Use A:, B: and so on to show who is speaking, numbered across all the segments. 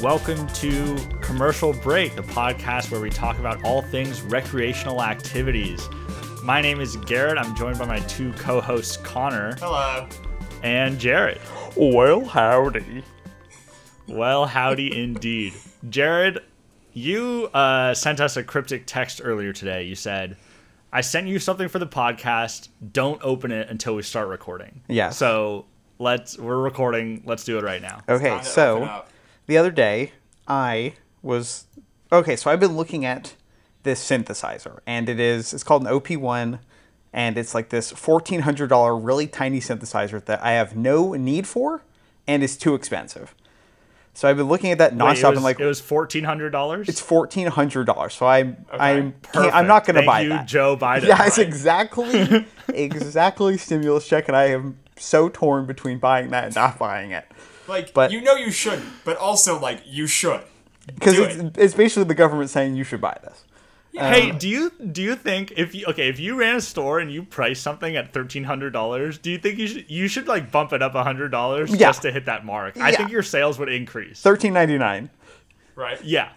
A: Welcome to Commercial Break, the podcast where we talk about all things recreational activities. My name is Garrett. I'm joined by my two co hosts, Connor
B: Hello.
A: and Jared.
C: Well, howdy.
A: Well, howdy indeed. Jared, you uh, sent us a cryptic text earlier today. You said, I sent you something for the podcast. Don't open it until we start recording.
C: Yes.
A: So let's, we're recording. Let's do it right now.
C: Okay,
B: Time to open
C: so
B: up.
C: the other day I was okay. So I've been looking at this synthesizer, and it is it's called an OP1, and it's like this fourteen hundred dollar really tiny synthesizer that I have no need for, and is too expensive. So I've been looking at that
A: Wait, it
C: nonstop.
A: was-
C: and like,
A: it was $1,400?
C: it's fourteen hundred dollars. So I'm I'm can't-
A: Perfect.
C: I'm not going to
A: Thank
C: buy
A: you,
C: that.
A: Joe Biden.
C: Yeah, it's
A: Right.
C: exactly exactly stimulus check, and I am so torn between buying that and not buying it.
B: Like,
C: But-
B: you know you shouldn't, but also, like, you should.
C: because
B: Do
C: it's, it's basically the government saying you should buy this.
A: Hey, do you do you think if you okay if you ran a store and you priced something at thirteen hundred dollars, do you think you should you should like bump it up hundred dollars
C: Yeah.
A: just to hit that mark? I
C: Yeah.
A: think your sales would increase.
C: Thirteen ninety nine.
B: Right?
A: yeah,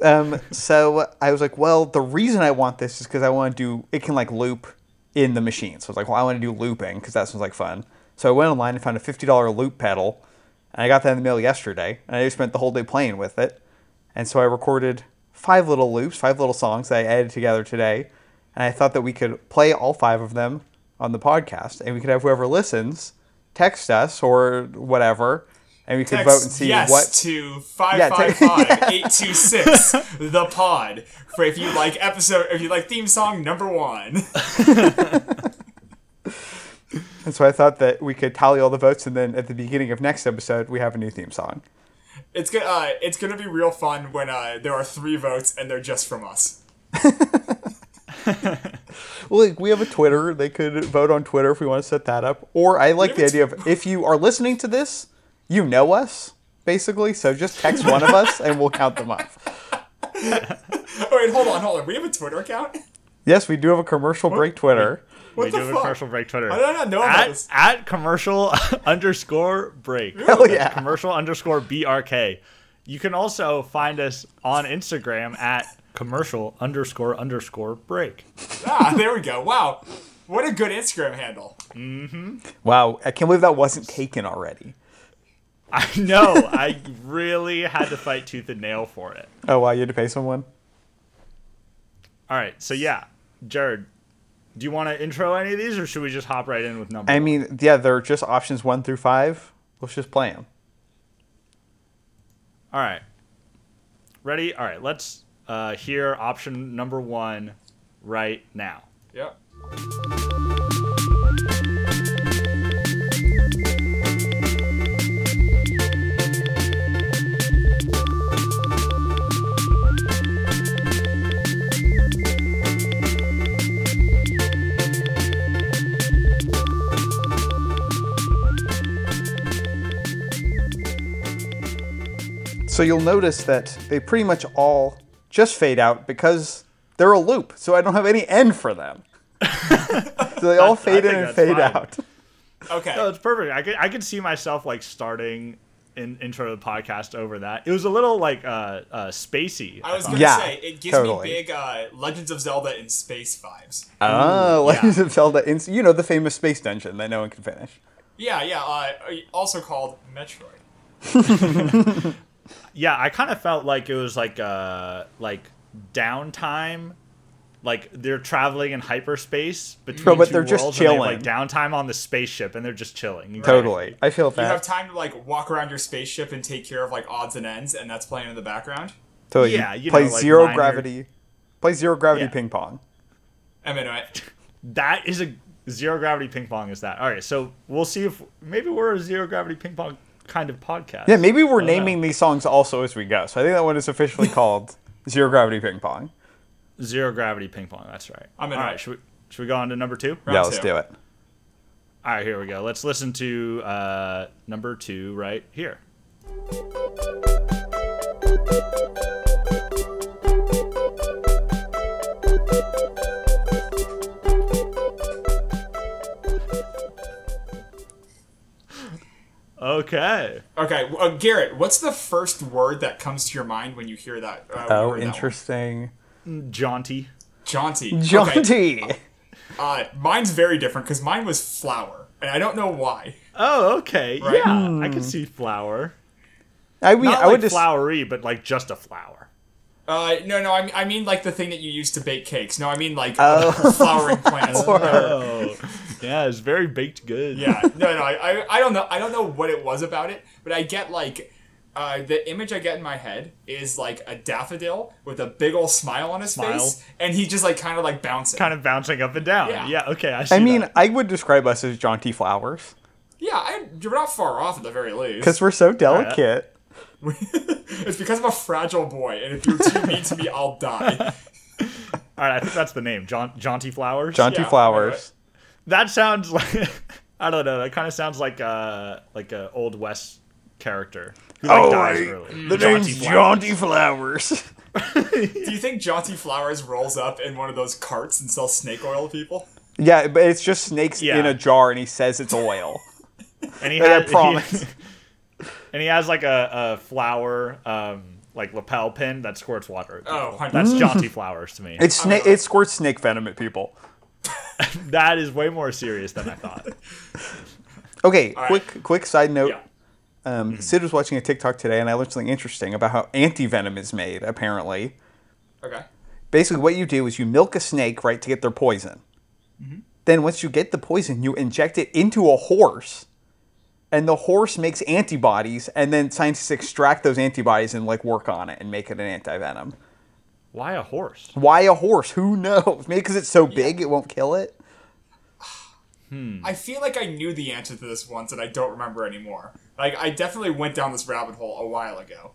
C: Um, so I was like, well, the reason I want this is because I want to do it can like loop in the machine. So I was like, well, I want to do looping because that sounds like fun. So I went online and found a fifty dollar loop pedal, and I got that in the mail yesterday, and I spent the whole day playing with it. And so I recorded five little loops, five little songs that I added together today, and I thought that we could play all five of them on the podcast, and we could have whoever listens text us or whatever, and we could vote and
B: Text
C: see
B: yes
C: what
B: to
C: Yeah, te-
B: 555-826, the pod, for if you like episode, if you like theme song number one.
C: And so I thought that we could tally all the votes, and then at the beginning of next episode, we have a new theme song.
B: It's gonna, uh, it's gonna be real fun when, uh, there are three votes and they're just from us.
C: Well, like, we have a Twitter. They could vote on Twitter if we want to set that up. Or I
B: We
C: like the
B: have a
C: idea of if you are listening to this, you know us, basically. So just text one of us, and we'll count them up.
B: Oh, wait, hold on, hold on. We have a Twitter account?
C: Yes, we do have a commercial break Twitter.
B: What
A: we
B: the
A: do have a
B: fuck?
A: commercial break Twitter.
B: I did not know about
A: at,
B: this.
A: at commercial underscore break.
C: Hell yeah.
A: Commercial underscore brk. You can also find us on Instagram at commercial underscore underscore break.
B: Ah, there we go. Wow. What a good Instagram handle.
C: Wow, I can't believe that wasn't taken already.
A: I know. I really had to fight tooth and nail for it.
C: Oh, wow, you had to pay someone?
A: All right. So yeah, Jared, do you want to intro any of these, or should we just hop right in with number?
C: I
A: one?
C: mean, yeah, they're just options one through five. Let's just play them.
A: All right. Ready? All right. Let's uh, hear option number one right now.
B: Yep.
C: So you'll notice that they pretty much all just fade out because they're a loop, so I don't have any end for them. so they all fade in
A: think
C: and
A: that's
C: fade
A: fine.
C: out.
B: Okay.
A: Oh, it's perfect. I could I could see myself like starting an intro to the podcast over that. It was a little like uh, uh, spacey.
B: I was
A: thought.
B: gonna
C: Yeah,
B: say it gives
C: totally.
B: me big uh, Legends of Zelda in space vibes.
A: yeah.
C: Oh, Legends of Zelda, ins- you know, the famous space dungeon that no one can finish.
B: Yeah, yeah. Uh, also called Metroid.
A: yeah i kind of felt like it was like uh like downtime like they're traveling in hyperspace between
C: but
A: two
C: they're just
A: worlds and they have,
C: chilling.
A: like downtime on the spaceship and they're just chilling
C: Totally. I feel
B: You have
C: that.
B: time to like walk around your spaceship and take care of like odds and ends, and that's playing in the background.
C: So
A: Yeah, you
C: play
A: know, like
C: zero
A: minor-
C: gravity. Play zero gravity
A: Yeah.
C: ping pong.
B: I'm into it.
A: that is a zero gravity ping pong is that all right so we'll see if maybe we're a zero gravity ping pong kind of podcast
C: Yeah, maybe we're
A: I don't know.
C: naming these songs also as we go. So I think that one is officially called Zero Gravity Ping Pong.
A: zero gravity ping pong that's right
B: I'm in
A: all
B: it.
A: right should we, should we go on to number two
B: Round
C: yeah, let's
B: two.
C: do it.
A: all right here we go let's listen to uh number two right here Okay.
B: Okay, uh, Garrett, what's the first word that comes to your mind when you hear that? Uh, when you heard
C: Oh,
B: that one?
C: interesting.
A: Jaunty.
B: Jaunty. Okay,
C: Jaunty.
B: uh, mine's very different because mine was flower, and I don't know why.
A: Oh, okay.
B: Right.
A: Yeah, I can see flower.
C: I mean,
A: Not
C: I would
A: like
C: just.
A: flowery, but like just a flower.
B: Uh, no, no, I mean, I mean like the thing that you use to bake cakes. No, I mean like
C: Oh.
B: uh, flowering plants.
A: Oh, yeah, it's very baked good.
B: yeah, no, no, I, I, I don't know, I don't know what it was about it, but I get like, uh, the image I get in my head is like a daffodil with a big old smile on his
A: Smile.
B: face, and he just like kind of like bouncing.
A: Kind of bouncing up and down. Yeah.
B: Yeah.
A: okay. I see.
C: I mean,
A: that.
C: I would describe us as jaunty flowers
B: Yeah, I, you're not far off at the very least.
C: because we're so delicate.
B: it's because I'm a fragile boy, and if you're too mean to me, I'll die.
A: all right. I think that's the name. Jaun- jaunty flowers.
C: Jaunty
B: Yeah,
C: flowers.
A: that sounds like I don't know. That kind of sounds like uh like a old west character who like
C: Oh,
A: dies
C: I-
A: early.
C: The
A: Jaunty
C: name's
A: flowers.
C: Jaunty Flowers.
B: Do you think Jaunty Flowers rolls up in one of those carts and sells snake oil to people?
C: yeah, but it's just snakes
A: Yeah.
C: in a jar, and he says it's oil.
A: and he
C: But I
A: has
C: promise.
A: he- and he has like a, a flower um like lapel pin that squirts water. at
B: Oh,
A: people.
B: 100%.
A: that's jaunty flowers to me.
C: Mm. It's sna- it squirts snake venom at people.
A: that is way more serious than I thought.
C: Okay,
B: right.
C: quick quick side note.
B: Yeah.
C: Um, Sid was watching a TikTok today, and I learned something interesting about how anti venom is made. Apparently,
B: Okay.
C: basically, what you do is you milk a snake right to get their poison.
A: Mm-hmm.
C: Then once you get the poison, you inject it into a horse, and the horse makes antibodies, and then scientists extract those antibodies and like work on it and make it an anti venom.
A: Why a horse?
C: Why a horse? Who knows? Maybe because it's so big, it won't kill it.
B: I feel like I knew the answer to this once, and I don't remember anymore. Like I definitely went down this rabbit hole a while ago.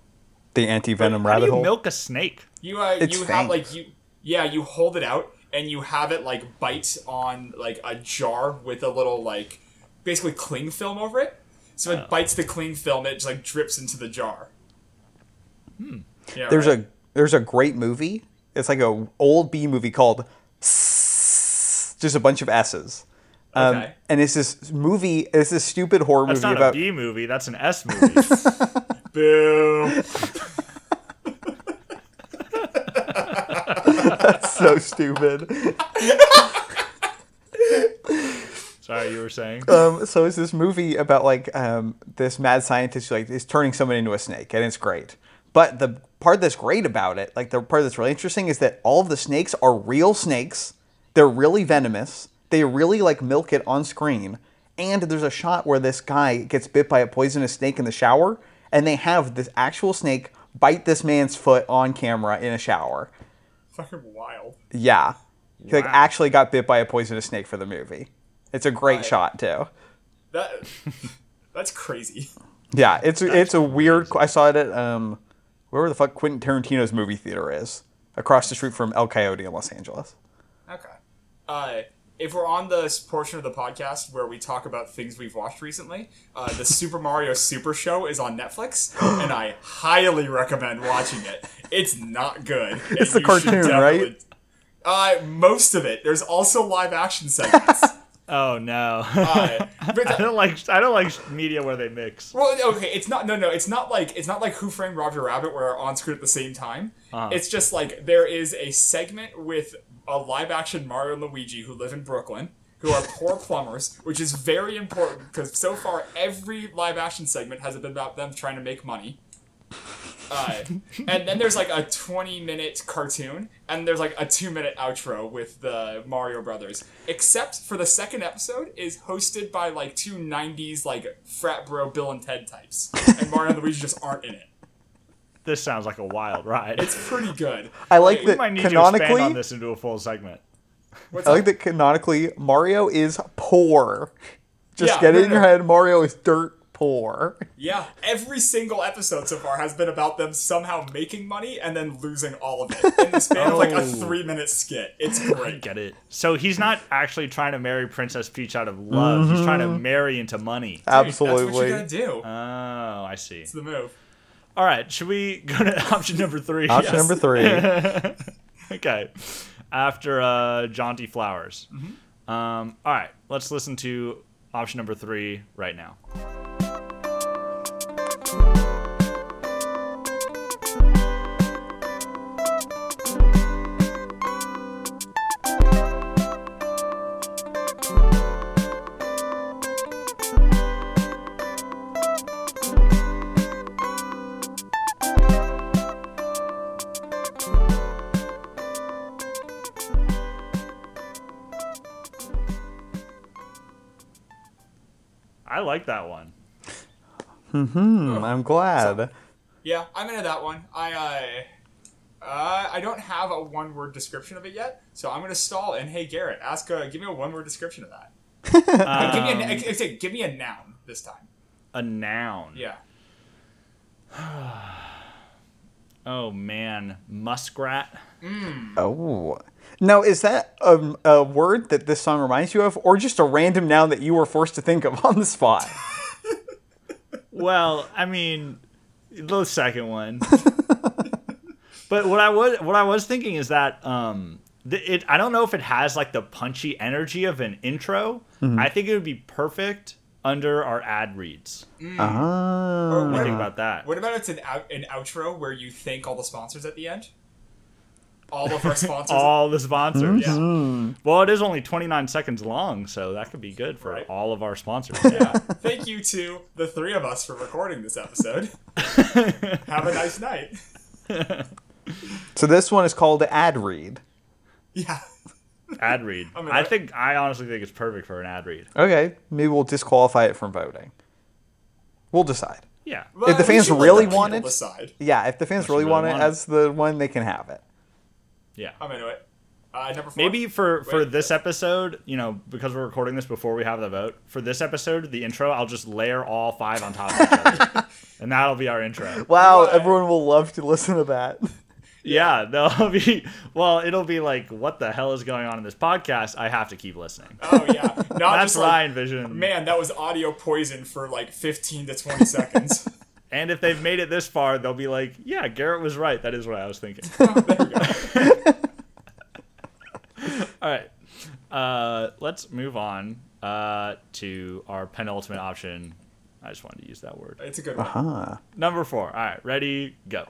C: The anti venom
A: How do
C: rabbit
A: you
C: hole.
A: milk a snake?
B: You uh,
C: It's
B: you
C: fang.
B: have like you yeah you hold it out and you have it like bite on like a jar with a little like basically cling film over it. So it bites the cling film. It just like drips into the jar. Hmm. Yeah,
C: there's
B: right.
C: a there's a great movie. It's like a old B movie called just a bunch of S's. Um,
B: Okay.
C: And it's this movie. It's this stupid horror
A: That's
C: movie
A: not
C: about
A: a B movie. That's an S movie.
B: boo.
C: so stupid.
A: Sorry, you were saying.
C: Um, so it's this movie about like um, this mad scientist who like is turning someone into a snake, and it's great. But the part that's great about it, like the part that's really interesting, is that all of the snakes are real snakes. They're really venomous. They really like milk it on screen. And there's a shot where this guy gets bit by a poisonous snake in the shower, and they have this actual snake bite this man's foot on camera in a shower.
B: Fucking wild.
C: Yeah, he like
A: Wow.
C: actually got bit by a poisonous snake for the movie. It's a great
B: Right.
C: shot too.
B: That that's crazy.
C: Yeah, it's it's a weird. I saw it at um, wherever the fuck Quentin Tarantino's movie theater is, across the street from El Coyote in Los Angeles.
B: Okay. Uh, if we're on this portion of the podcast where we talk about things we've watched recently, uh, the Super Mario Super Show is on Netflix, and I highly recommend watching it. It's not good. It's
C: the cartoon, right?
B: Uh, most of it. There's also live action segments.
A: Oh no.
B: uh, but
A: I don't like I don't like media where they mix.
B: Well, okay, it's not no no, it's not like it's not like Who Framed Roger Rabbit where on screen at the same time. It's just like there is a segment with a live action Mario and Luigi who live in Brooklyn, who are poor plumbers, which is very important because so far every live action segment has been about them trying to make money. Uh, and then there's like a 20 minute cartoon, and there's like a two minute outro with the Mario Brothers. Except for the second episode is hosted by like two 90s like frat bro Bill and Ted types, and Mario and Luigi just aren't in it.
A: This sounds like a wild ride.
B: It's pretty good.
C: I like
A: we
C: that
A: might need to expand on
C: canonically.
A: this into a full segment.
B: What's
C: I like
B: up?
C: that canonically. Mario is poor. Just
B: Yeah,
C: get it
B: no,
C: in
B: no.
C: your head. Mario is dirt poor.
B: Yeah, every single episode so far has been about them somehow making money and then losing all of it in the span of like a
A: Oh.
B: three minute skit. It's great.
A: Get it? So he's not actually trying to marry Princess Peach out of love. He's trying to
C: Mm-hmm.
A: marry into money. Oh,
B: That's what you gotta do.
C: Absolutely.
A: I see.
B: It's the move.
A: All right, should we go to option number three?
C: Option number three.
A: okay. After uh, Jaunty Flowers.
C: Mm-hmm.
A: Um, all right, let's listen to option number three right now. I like that one.
C: Hmm, I'm glad.
B: Yeah, I'm into that one. I uh, uh, I don't have a one word description of it yet, so I'm gonna stall. And hey, Garrett, ask. Uh, give me a one word description of that. Uh, give
A: Um,
B: me a, I- I say, give me a noun this time.
A: A noun.
B: Yeah.
A: Oh man, muskrat.
C: oh. Now, is that a, a word that this song reminds you of, or just a random noun that you were forced to think of on the spot?
A: Well, I mean, the second one. but what I was what I was thinking is that um, th- it I don't know if it has like the punchy energy of an intro. I think it would be perfect under our ad reads.
B: Uh.
C: Ah.
A: What do you
B: Uh-huh.
A: think about that?
B: What about it's an out, an outro where you thank all the sponsors at the end? All of our sponsors.
A: All the sponsors.
B: yeah.
A: Well, it is only 29 seconds long, so that could be good for
B: Right.
A: all of our sponsors.
B: yeah. Thank you to the three of us for recording this episode. Have a nice night.
C: So this one is called ad read.
B: Yeah.
A: ad read. I,
B: mean, I-
A: think I honestly think it's perfect for an ad read.
C: Okay, maybe we'll disqualify it from voting. We'll decide.
A: Yeah.
B: Well, we
C: fans
B: should let
C: really
B: people
C: want it-
B: decide.
C: Yeah, if the fans really,
A: really
C: want,
A: want
C: it
A: it.
C: as the one, they can have it.
A: Yeah.
B: I'm into it. Uh, number four.
A: Maybe for for
B: Wait.
A: this episode, you know, because we're recording this before we have the vote. For this episode, the intro, I'll just layer all five on top of each other, and that'll be our intro.
C: Wow,
B: What?
C: everyone will love to listen to that.
A: Yeah, they'll be. Well, it'll be like, what the hell is going on in this podcast? I have to keep listening.
B: Oh yeah. Not
A: That's
B: just
A: what I
B: like,
A: envision.
B: man, that was audio poison for like 15 to 20 seconds.
A: And if they've made it this far, they'll be like, yeah, Garrett was right. That is what I was thinking.
B: there we go.
A: All right. Uh, let's move on uh, to our penultimate option. I just wanted to use that word.
B: It's a good one.
C: Huh.
A: Number four. All right. Ready, go.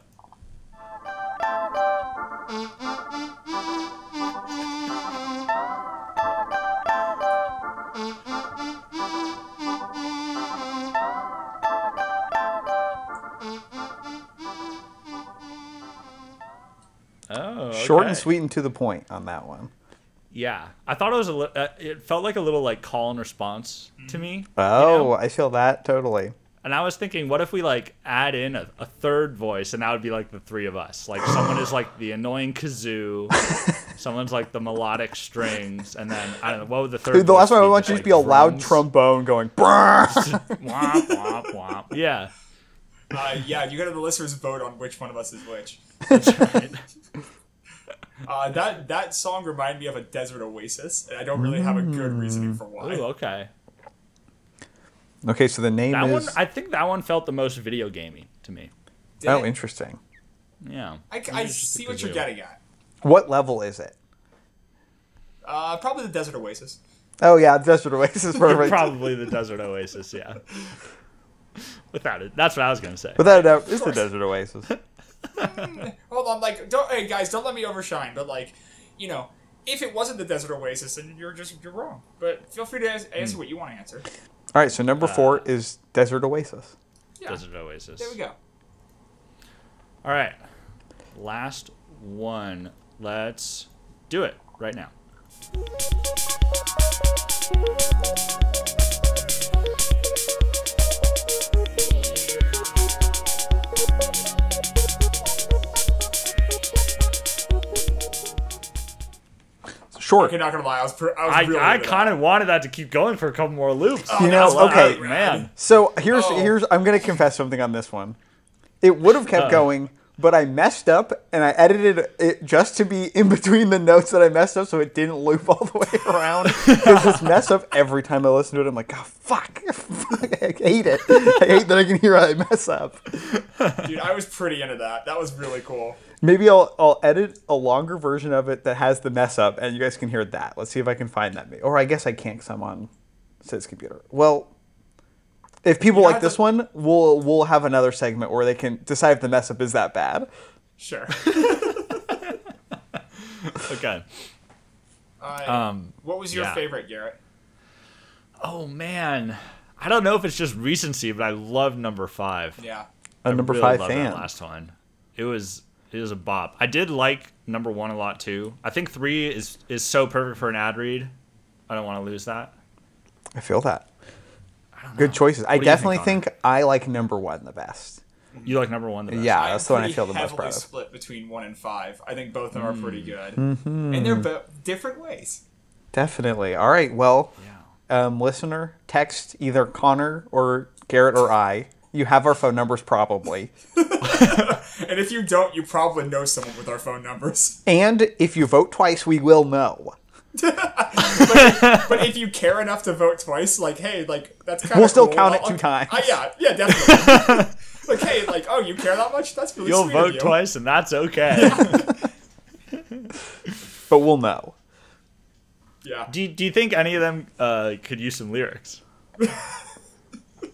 A: Oh,
C: Short and
A: okay.
C: sweet and to the point on that one.
A: Yeah, I thought it was a. Li- uh, it felt like a little like call and response to me.
C: Oh,
A: know?
C: I feel that totally.
A: And I was thinking, what if we like add in a, a third voice, and that would be like the three of us. Like someone is like the annoying kazoo, someone's like the melodic strings, and then I don't know what would the third.
C: Dude, the last
A: voice
C: one I
A: be,
C: want
A: just,
C: you to
A: like,
C: be a loud
A: drums?
C: trombone going. "Brrr."
A: Womp, womp, womp. Yeah,
B: Uh, yeah, you gotta the listeners vote on which one of us is which. Uh, that that song reminded me of a desert oasis, and I don't really have a good reasoning for why.
A: Ooh, okay.
C: okay, so the name
A: That
C: is.
A: one, I think that one felt the most video gamey to me.
B: Did
C: oh,
B: it-
C: interesting.
A: Yeah.
B: I, I
A: Maybe it's just a
B: see what you're
A: kazoo.
B: getting at.
C: What level is it?
B: Uh, probably the desert oasis.
C: Oh yeah, Desert Oasis, perfect.
A: Probably the desert oasis. Yeah. Without it, that's what I was gonna say.
C: Without a doubt, it's the Desert Oasis.
B: Hold on, like, don't, hey guys, don't let me overshine, but like, you know, if it wasn't the desert oasis, then you're just you're wrong. But feel free to ans- answer
A: Hmm.
B: what you want to answer.
C: All right, so number four is Desert Oasis.
B: Yeah,
A: Desert oasis.
B: there we go.
A: All right. Last one. Let's do it right now.
C: Short.
B: Okay, not gonna lie, I was, per- I was
A: I,
B: really
A: I
B: into that.
A: kind of wanted that to keep going for a couple more loops.
C: You
B: that
C: know,
B: was wild.
C: okay.
A: Oh, man.
C: So here's
B: Oh.
C: here's I'm gonna confess something on this one. It would have kept going, but I messed up and I edited it just to be in between the notes that I messed up, so it didn't loop all the way around. Because this mess up every time I listen to it, I'm like, oh fuck, fuck, I hate it. I hate that I can hear I mess up.
B: dude, I was pretty into that. That was really cool.
C: Maybe I'll I'll edit a longer version of it that has the mess up, and you guys can hear that. Let's see if I can find that. Or I guess I can't because I'm on Sid's computer. Well, if people like
B: have
C: this
B: to-
C: one, we'll we'll have another segment where they can decide if the mess up is that bad.
B: Sure.
A: Okay.
B: Uh,
A: Um,
B: what was your
A: yeah.
B: favorite, Garrett?
A: Oh, man. I don't know if it's just recency, but I love number five.
B: Yeah.
C: A
A: I
C: number
A: really
C: five
A: loved
C: fan.
A: That last one. It was it was a bop. I did like number one a lot too. I think three is is so perfect for an ad read. I don't want to lose that.
C: I feel that. Good choices.
A: do
C: I
A: you
C: definitely
A: think,
C: think, I like number one the best.
A: You like number one the best.
C: Yeah,
B: I'm
C: Uh, that's the one I
B: pretty
C: feel the most
B: heavily
C: proud of.
B: Split between one and five. I think both of them are pretty
A: Hmm.
B: good,
C: Mm-hmm.
B: and they're bo- different ways.
C: Definitely. All right. Well,
A: Yeah.
C: um, listener, text either Connor or Garrett or I. You have our phone numbers probably.
B: And if you don't, you probably know someone with our phone numbers.
C: And if you vote twice, we will know.
B: But if you care enough to vote twice, like hey, like that's kind of
C: We'll still count it two times.
B: yeah, yeah, definitely. like hey, like oh, you care that much? That's really
A: You'll
B: sweet of
A: vote
B: you.
A: twice, and that's okay.
C: But we'll know.
B: Yeah,
A: do, you, do you think any of them uh, could use some lyrics?
B: uh,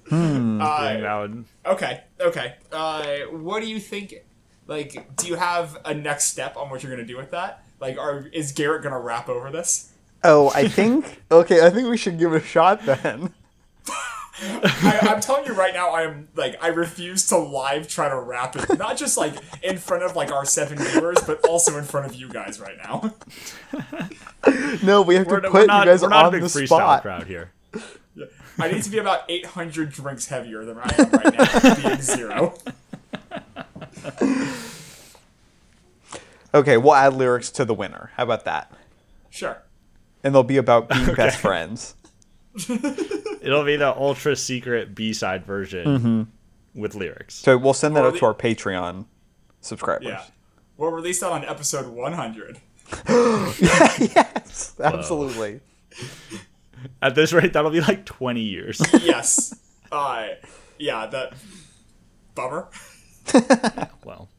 A: Being that would-
B: Okay, okay. Uh, what do you think? Like, do you have a next step on what you're gonna do with that? Like, are is Garrett gonna rap over this?
C: Oh, I think. okay, I think we should give it a shot then.
B: I, I'm telling you right now, I am like, I refuse to live try to rap it. Not just like in front of like our seven viewers, but also in front of you guys right now.
C: No, we have
A: We're,
C: to
A: we're
C: put
A: not,
C: you guys
A: we're not a
C: on
A: big
C: the
A: freestyle
C: spot.
A: crowd here.
B: I need to be about 800 drinks heavier than I am right now, being zero.
C: Okay, we'll add lyrics to the winner. How about that?
B: Sure.
C: And they'll be about being best friends.
A: It'll be the ultra secret B side version
C: Mm-hmm.
A: with lyrics.
C: So we'll send that
B: Or
C: out
B: the-
C: to our Patreon subscribers.
B: Yeah. We'll release that on episode 100.
C: yes, absolutely.
A: At this rate, that'll be like 20 years.
B: Yes. Uh, yeah, that. Bummer.
A: well,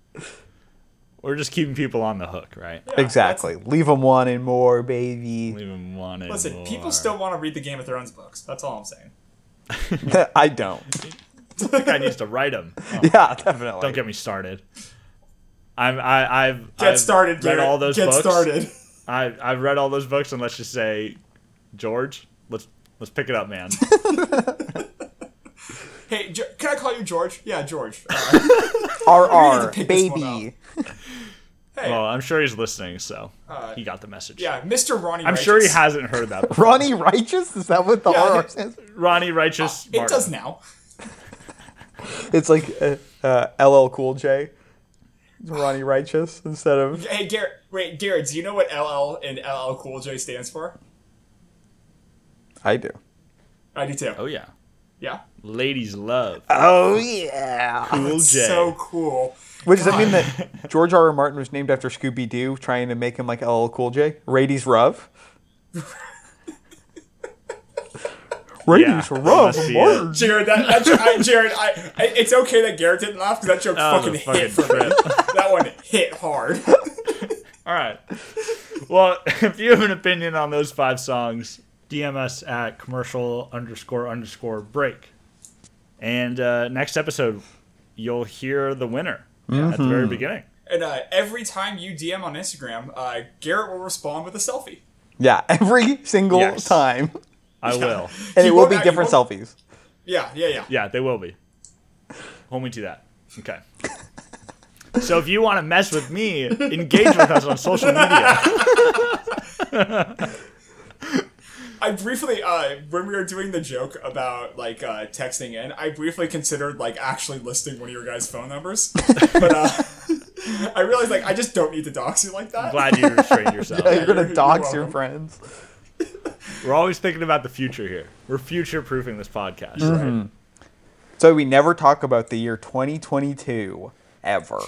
A: we're just keeping people on the hook, right?
B: Yeah,
C: exactly. Leave them wanting more, baby.
A: Leave 'em wanting
B: Listen, people
A: more.
B: still want to read the Game of Thrones books. That's all I'm saying.
C: I don't.
A: I think I need to write them.
C: Yeah, definitely.
A: Don't get me started. I'm I, I've
B: Get
A: I've
B: started,
A: Read
B: Garrett.
A: all those
B: Get
A: books.
B: started.
A: I I've read all those books, and let's just say, George, let's let's pick it up, man.
B: Hey, Ge- can I call you George? Yeah, George. Uh,
C: RR,
B: pick this one
C: baby.
B: hey,
A: well, I'm sure he's listening, so
B: Uh,
A: he got the message.
B: yeah, Mr. Ronnie.
A: I'm sure he
B: Righteous.
A: hasn't heard that. before.
C: Ronnie Righteous? Is that what the
B: Yeah.
C: RR stands for?
A: Ronnie Righteous.
B: It
A: Martin.
B: does now.
C: It's like uh, uh, LL Cool J. It's Ronnie Righteous instead of.
B: Hey, Garrett. Wait, Garrett. Do you know what LL and LL Cool J stands for?
C: I do.
B: I do too.
A: Oh yeah,
B: Yeah.
A: ladies love
C: Oh, yeah.
A: Cool J.
B: So cool.
C: Wait, does that mean that George R. R. Martin was named after Scooby Doo, trying to make him like LL Cool J? Rady's Rev? Rady's
A: Yeah,
C: Rev.
A: must be it.
C: Martin.
B: Jared, that, that jo- I, Jared, I, I- it's okay that Garrett didn't laugh because that joke
A: That was
B: fucking,
A: a fucking
B: hit for me. That one hit hard.
A: All right. Well, if you have an opinion on those five songs, DM us at commercial underscore underscore break. And uh, next episode, you'll hear the winner at the very beginning.
B: And uh, every time you DM on Instagram, uh, Garrett will respond with a selfie.
C: Yeah, every single
A: Yes.
C: time.
A: I will.
C: And
B: You
C: it will
B: won't
C: be
B: have- you
C: different
B: won't-
C: selfies.
B: Yeah, yeah, yeah.
A: Yeah, they will be. Hold me to that. Okay. So if you want to mess with me, engage with us on social media.
B: I briefly, uh, when we were doing the joke about like uh, texting in, I briefly considered like actually listing one of your guys' phone numbers, but uh, I realized like I just don't need to dox you like that.
A: Glad you restrained yourself.
C: You're going
B: you're
C: to dox your
B: welcome.
C: friends.
A: We're always thinking about the future here. We're future proofing this podcast.
C: Mm-hmm.
A: Right?
C: So we never talk about the year 2022 ever.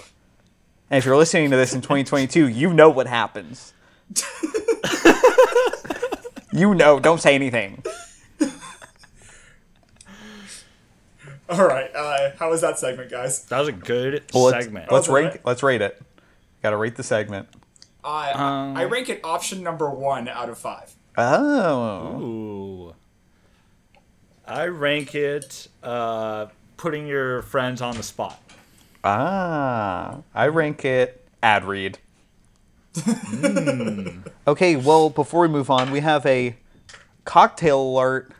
C: And if you're listening to this in 2022, you know what happens. you know, don't say anything.
B: All right, uh, how was that segment, guys?
A: That was a good
C: Well, let's,
A: segment.
C: Let's
B: That was
C: rank.
B: it.
C: Let's rate it. Got to rate the segment.
B: I
A: Um,
B: I rank it option number one out of five.
C: Oh,
A: Ooh. I rank it uh, putting your friends on the spot.
C: ah, I rank it ad read. Hmm. Okay, well, before we move on, we have a cocktail alert.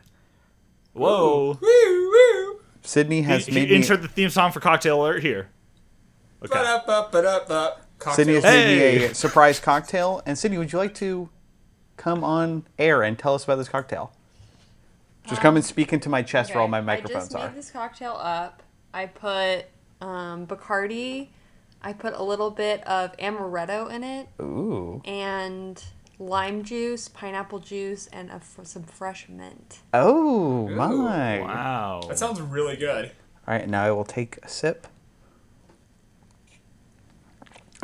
A: Whoa.
B: Woo woo.
C: Sydney has
A: You- you
C: made me.
A: Insert the theme song for Cocktail Alert here. Okay.
B: Ba da ba da
C: Sydney has
A: Hey.
C: made me a surprise cocktail. And Sydney, would you like to come on air and tell us about this cocktail? Just come and speak into my chest where all
D: Okay,
C: my microphones
D: I just
C: are.
D: made this cocktail up. I put um, Bacardi. I put a little bit of amaretto in it
C: Ooh.
D: and lime juice, pineapple juice, and a f some fresh mint.
C: Oh my!
A: Wow.
B: That sounds really good.
C: All right, now I will take a sip.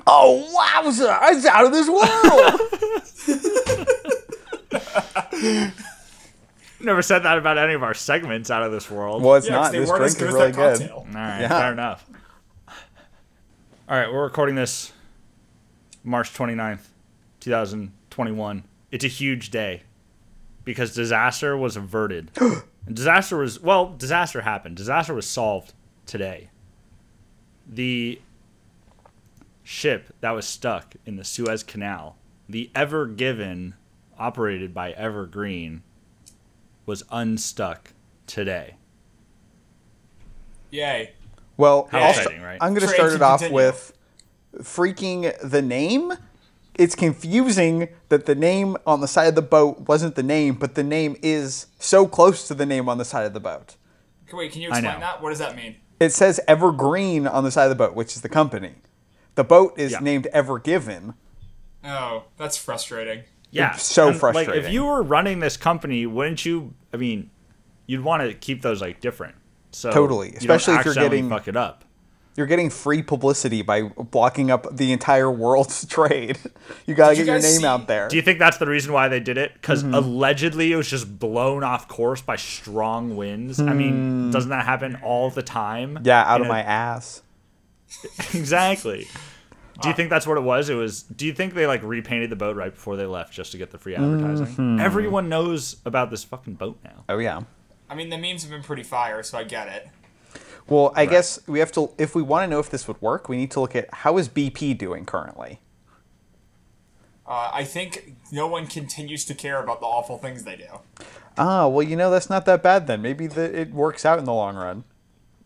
C: Oh wowza! It's out of this world.
A: Never said that about any of our segments out of this world.
C: well, it's
B: Yeah, 'cause
C: not.
B: they
C: This
B: weren't as
C: drink
B: good
C: is
B: as
C: really
B: that
C: good.
B: cocktail.
A: All right,
C: Yeah.
A: fair enough. All right, we're recording this March 29th, 2021. It's a huge day because disaster was averted. And disaster was, well, disaster happened. Disaster was solved today. The ship that was stuck in the Suez Canal, the Ever Given, operated by Evergreen, was unstuck today.
B: Yay.
C: Well,
A: How
C: I'll
A: exciting, right?
C: am going to
B: Trey,
C: start
B: can
C: it off
B: continue.
C: with freaking the name. It's confusing that the name on the side of the boat wasn't the name, but the name is so close to the name on the side of the boat.
B: Wait, can you
A: I
B: explain
A: know.
B: that? What does that mean?
C: It says Evergreen on the side of the boat, which is the company. The boat is
A: Yeah.
C: named Evergiven.
B: Oh, that's frustrating.
A: Yeah,
C: so
A: Like, if
C: frustrating.
A: you were running this company, wouldn't you? I mean, you'd want to keep those like different. So
C: Totally,
A: you don't
C: especially if you're
A: accidentally
C: getting-
A: fuck it up.
C: You're getting free publicity by blocking up the entire world's trade. You got to
B: Did you
C: get your
B: guys
C: name
B: see-
C: out there.
A: Do you think that's the reason why they did it? Because
C: Mm-hmm.
A: allegedly it was just blown off course by strong winds. I mean, doesn't that happen all the time?
C: Hmm. yeah, out of
A: In a-
C: my ass.
A: exactly. Do you
C: Uh.
A: think that's what it was? It was. Do you think they like repainted the boat right before they left just to get the free advertising?
C: Mm-hmm.
A: Everyone knows about this fucking boat now.
C: Oh yeah.
B: I mean, the memes have been pretty fire, so I get it.
C: Well, I guess we have to if we want to know if this would work, we need to look at how is BP doing currently.
B: Uh, I think no one continues to care about the awful things they do.
C: Ah, well, you know that's not that bad then. Maybe the, it works out in the long run.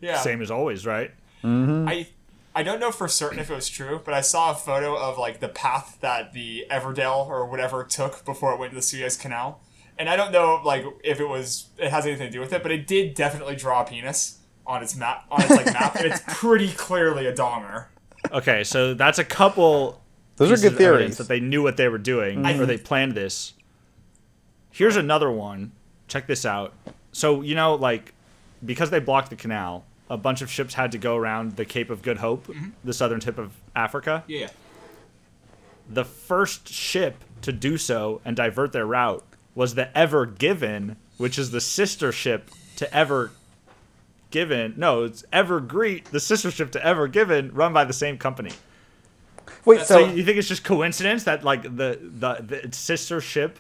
B: Yeah.
A: Same as always, right?
B: I I don't know for certain if it was true, but I saw a photo of like the path that the Everdell or whatever took before it went to the Suez Canal, and I don't know like if it was it has anything to do with it, but it did definitely draw a penis on its map on its like map, and it's pretty clearly a donger.
A: Okay, so that's a couple.
C: Those are
A: pieces
C: good
A: of evidence
C: theories.
A: That they knew what they were doing or they planned this. Here's another one. Check this out. So, you know, like, because they blocked the canal, a bunch of ships had to go around the Cape of Good Hope, the southern tip of Africa.
B: Yeah.
A: The first ship to do so and divert their route was the Ever Given, which is the sister ship to Ever Given. No, it's Ever Greet, the sister ship to Ever Given, run by the same company.
C: Wait,
A: So
C: so
A: you think it's just coincidence that like the the, the sister ship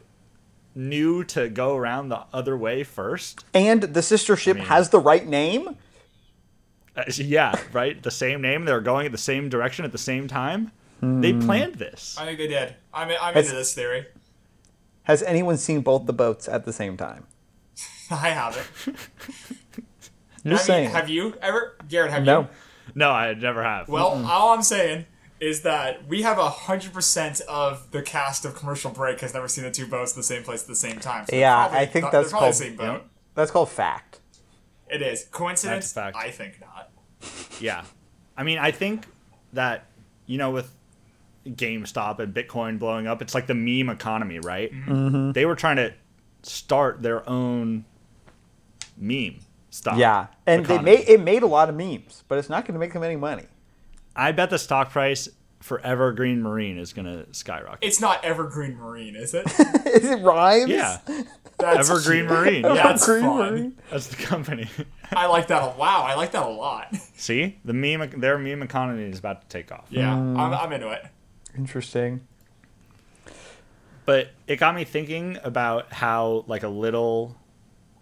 A: knew to go around the other way first?
C: and the sister ship has the right name?
A: Uh, yeah, right. The same name. They're going at the same direction at the same time. They
C: Hmm.
A: planned this.
B: I think they did. I'm I'm
C: That's-
B: into this theory.
C: Has anyone seen both the boats at the same time?
B: I have it.
C: You're
B: I mean,
C: saying
B: have you ever, Garrett? Have you?
C: no.
A: No, I never have.
B: Well, all I'm saying is that we have hundred percent of the cast of Commercial Break has never seen the two boats in the same place at the same time. So they're
C: Yeah,
B: probably
C: I think
B: not-
C: that's
B: they're probably
C: called-
B: the same boat.
C: That's called fact.
B: It is coincidence.
A: That's a fact.
B: I think not.
A: yeah. I mean, I think that you know with GameStop and Bitcoin blowing up, it's like the meme economy, right?
B: Mm-hmm.
C: Mm-hmm.
A: They were trying to start their own meme
B: Ah,
A: stock.
C: Yeah, and
A: economy.
C: they made it made a lot of memes, but it's not going to make them any money.
A: I bet the stock price for Evergreen Marine is going to skyrocket.
B: It's not Evergreen Marine, is it?
C: Is it rhymes?
A: yeah,
B: That's
A: Evergreen
B: cute.
A: Marine. Yeah,
B: That's
C: Green
B: fun.
C: Marine.
A: that's the company.
B: I like that. A, wow, I like that a lot.
A: See, the meme, their meme economy is about to take off.
B: Yeah,
C: Mm.
B: I'm, I'm into it.
C: Interesting.
A: But it got me thinking about how like a little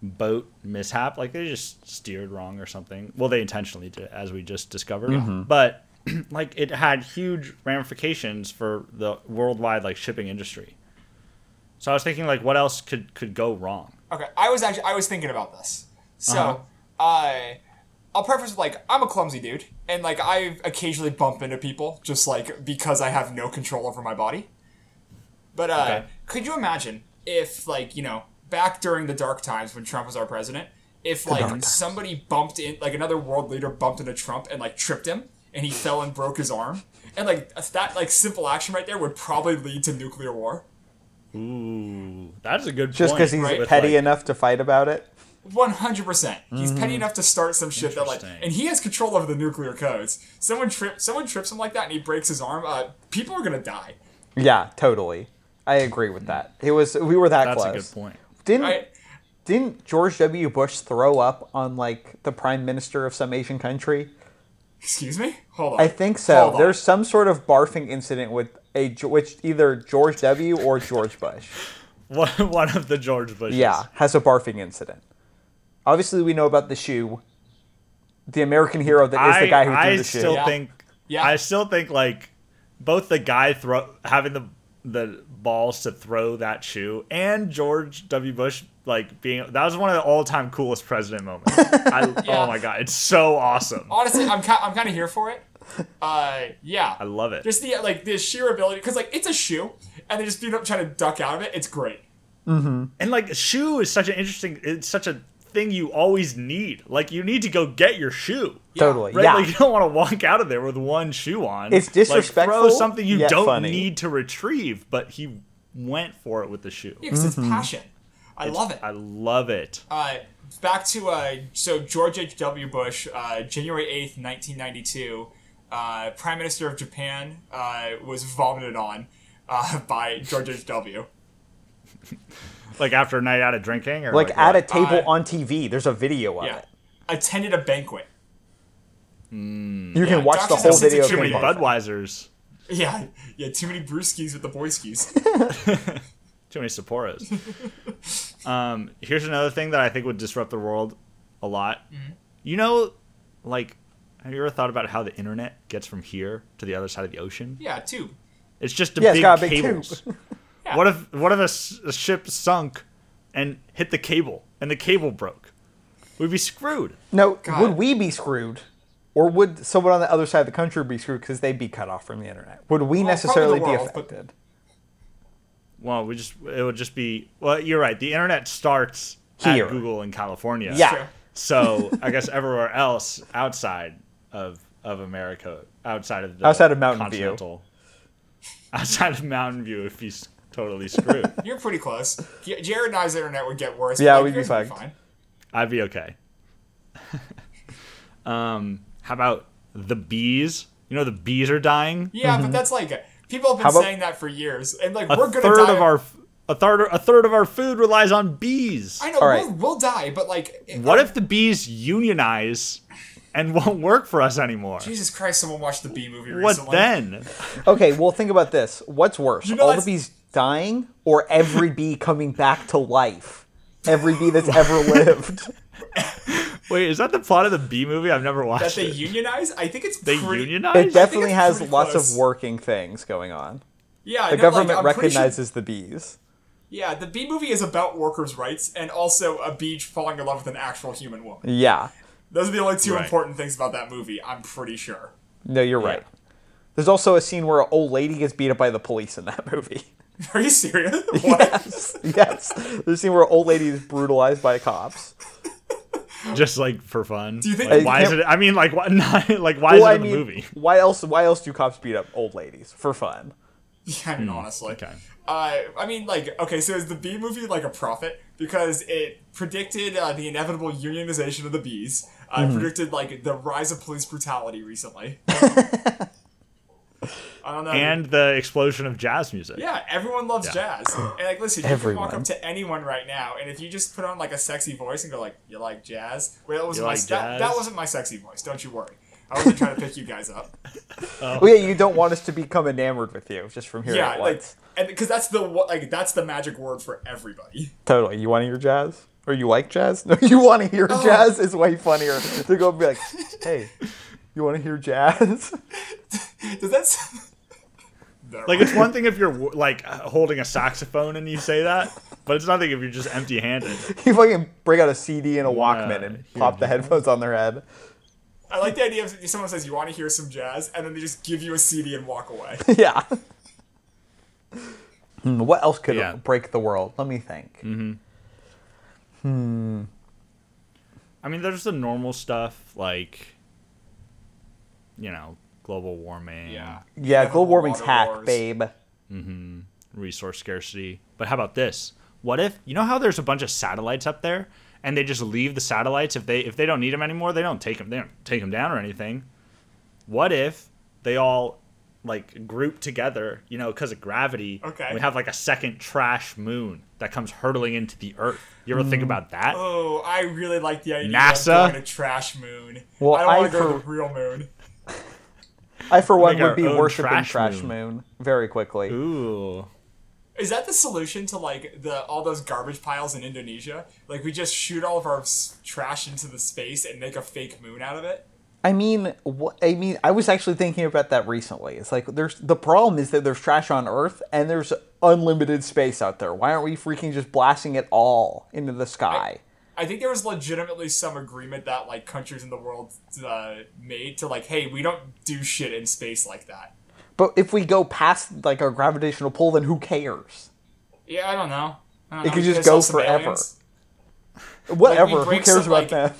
A: boat mishap, like they just steered wrong or something. Well, they intentionally did, it, as we just discovered. But like it had huge ramifications for the worldwide like shipping industry. So I was thinking like, what else could could go wrong?
B: Okay, I was actually I was thinking about this.
C: Uh-huh.
B: So, I I'll preface with, like I'm a clumsy dude, and like I occasionally bump into people just like because I have no control over my body. But uh,
A: Okay.
B: could you imagine if like you know back during the dark times when Trump was our president, if
C: dark
B: like
C: times.
B: somebody bumped in, like another world leader bumped into Trump and like tripped him and he fell and broke his arm, and like that like simple action right there would probably lead to nuclear war.
A: Ooh, that's a good
C: Just
A: point.
C: because he's
B: right?
A: with,
C: petty
A: like-
C: enough to fight about it.
B: One hundred percent. He's
C: Mm-hmm.
B: petty enough to start some shit that like,
A: Interesting.
B: and he has control over the nuclear codes. Someone trip, someone trips him like that, and he breaks his arm. Uh, people are gonna die.
C: Yeah, totally. I agree with that. It was we were that
A: That's
C: close.
A: a good point.
C: Didn't
B: Right?
C: didn't George W. Bush throw up on like the prime minister of some Asian country?
B: Excuse me. Hold on.
C: I think so.
B: Hold on.
C: There's some sort of barfing incident with a which either George W. or George Bush.
A: One, one of the George Bushes.
C: Yeah, has a barfing incident. Obviously, we know about the shoe. The American hero that is
A: I,
C: the guy who threw
A: I
C: the shoe.
A: still
B: Yeah.
A: think.
B: Yeah.
A: I still think like both the guy throw having the the balls to throw that shoe and George W. Bush like being that was one of the all time coolest president moments. I,
B: Yeah.
A: Oh my god, it's so awesome.
B: honestly, I'm kind, I'm kind of here for it. Uh, yeah.
A: I love it.
B: Just the like the sheer ability, because like it's a shoe, and they just beat up trying to duck out of it. It's great.
A: And like shoe is such an interesting. It's such a thing you always need. Like you need to go get your shoe.
C: Totally.
A: Right?
C: Yeah.
A: Like you don't want to walk out of there with one shoe on.
C: It's
A: Like,
C: disrespectful,
A: throw something you
C: yet
A: don't
C: funny.
A: need to retrieve, but he went for it with the shoe.
B: Because
C: Mm-hmm.
B: it's passion. I love it.
A: I love it.
B: uh, back to uh, so George H. W. Bush, uh, January eighth, nineteen ninety two, uh, Prime Minister of Japan uh, was vomited on uh, by George H. W.
A: Like after a night out of drinking, or
C: like
A: like
C: at a
A: what?
C: table
B: I-
C: on TV. There's a video of
B: Yeah,
C: it.
B: attended a banquet.
C: You can watch the
B: Doctors
C: whole
B: have sense
C: video.
B: of
A: too
C: of
A: many
C: him.
A: Budweisers,
B: Yeah, yeah, too many brewskis with the boyskis.
A: too many Sapporos. um, here's another thing that I think would disrupt the world a lot. You know, like, have you ever thought about how the internet gets from here to the other side of the ocean?
B: yeah, too.
A: It's just a
C: Yeah, it's
A: big
C: got a big
A: cables. What if what if a, s- a ship sunk and hit the cable and the cable broke? We'd be screwed.
C: No,
B: God.
C: would we be screwed? Or would someone on the other side of the country be screwed because they'd be cut off from the internet? Would we
B: Well,
C: necessarily
B: probably the
C: be
B: world, but-
C: affected?
A: Well, we just it would just be well. You're right. The internet starts
C: Here.
A: at Google in California.
C: Yeah.
B: True.
A: So I guess everywhere else outside of of America, outside of the
C: Outside of Mountain View.
A: continental, outside of Mountain View, if he's totally screwed,
B: You're pretty close. J- Jared and I's internet would get worse.
C: Yeah,
B: but, like,
C: we'd be
B: yours would
C: fucked.
A: I'd be okay. um, how about the bees? You know the bees are dying.
B: Yeah, but that's like people have been
C: Mm-hmm. How about-
B: saying that for years, and like
A: a
B: we're gonna
A: third
B: die.
A: of our a third a third of our food relies on bees.
B: I know
C: All right.
B: we'll, we'll die, but like oh, it-
A: What if the bees unionize and won't work for us anymore?
B: Jesus Christ, someone watched the B movie recently.
A: What then?
C: Okay, well, think about this. What's worse,
B: know
C: all the
B: that's-
C: bees dying or every bee coming back to life? Every bee that's ever lived.
A: Wait, is that the plot of the bee movie? I've never
B: That
A: watched
B: they
A: it.
B: unionize? I think it's
A: They
B: pretty,
C: It
A: unionize?
C: definitely
B: it's
C: has
B: pretty
C: lots
B: close.
C: of working things going on.
B: Yeah,
C: The government recognizes the bees.
B: yeah, the B movie is about workers' rights and also a bee falling in love with an actual human woman.
C: Yeah.
B: Those are the only two
A: Right.
B: important things about that movie. I'm pretty sure.
C: No, you're right. There's also a scene where an old lady gets beat up by the police in that movie.
B: Are you serious? What?
C: yes. There's a scene where an old lady is brutalized by cops.
A: Just like for fun. Do
B: you think-
A: like,
B: I
A: why is
C: can't-
A: it? I mean, like why? Not, like why is
C: Well, I
A: it in
C: mean,
A: the movie?
C: why else? Why else do cops beat up old ladies for fun?
B: Yeah, I mean, honestly.
A: Hmm, okay.
B: Uh, I mean, like, okay, so is the bee movie like a prophet? Because it predicted uh, the inevitable unionization of the bees. Uh,
C: Mm-hmm.
B: It predicted, like, the rise of police brutality recently. I don't know.
A: And the explosion of jazz music.
B: yeah, everyone loves jazz. And, like, listen, you can walk
C: Everyone.
B: up to anyone right now, and if you just put on, like, a sexy voice and go, like, you like jazz? Well, that wasn't, my,
A: like
B: That,
A: jazz?
B: that wasn't my sexy voice, don't you worry. I wasn't trying to pick you guys up.
C: Well, Oh, yeah, you don't want us to become enamored with you just from here
B: Yeah,
C: at
B: like,
C: once.
B: and because that's the wa- like that's the magic word for everybody.
C: Totally. You want to hear jazz? Or you like jazz? No, you want to hear
B: Oh.
C: jazz is way funnier. They're going to be like, hey, you want to hear jazz?
B: Does that? Sound... Never
A: Like
B: mind.
A: it's one thing if you're like holding a saxophone and you say that, but it's nothing if you're just empty-handed.
C: you fucking bring out a CD and a Walkman and
A: hear
C: pop the headphones on their head.
B: I like the idea of someone says you want to hear some jazz, and then they just give you a CD and walk away.
C: yeah. Hmm, What else could
A: Yeah.
C: break the world? Let me think.
A: I mean, there's the normal stuff like, you know, global warming,
B: Yeah.
C: Yeah, global warming's
B: Water
C: hack,
B: wars.
C: babe.
A: resource scarcity. But how about this? What if you know how there's a bunch of satellites up there, and they just leave the satellites if they if they don't need them anymore, they don't take them they don't take them down or anything. What if they all like group together, you know, because of gravity?
B: Okay.
A: We have like a second trash moon that comes hurtling into the Earth. You ever think about that?
B: Mm. Oh, I really like the idea
A: NASA?
B: of going to trash moon.
C: Well,
B: I don't want
C: I
B: to go to
C: for-
B: the real moon.
C: I, for one,
A: Make our
C: would be
A: own
C: worshiping
A: trash
C: Trash, moon. very quickly.
A: Ooh.
B: Is that the solution to like the all those garbage piles in Indonesia? Like we just shoot all of our s- trash into the space and make a fake moon out of it?
C: I mean, wha- I mean, I was actually thinking about that recently. It's like there's the problem is that there's trash on Earth and there's unlimited space out there. Why aren't we freaking just blasting it all into the sky?
B: I think there was legitimately some agreement that like countries in the world uh, made to like, hey, we don't do shit in space like that.
C: But if we go past like our gravitational pull, then who cares?
B: Yeah, I don't know. I don't
C: It
B: know.
C: could
B: We
C: just
B: piss off
C: go
B: some
C: forever.
B: aliens.
C: Whatever, who
B: break
C: cares
B: some,
C: about
B: like-
C: that?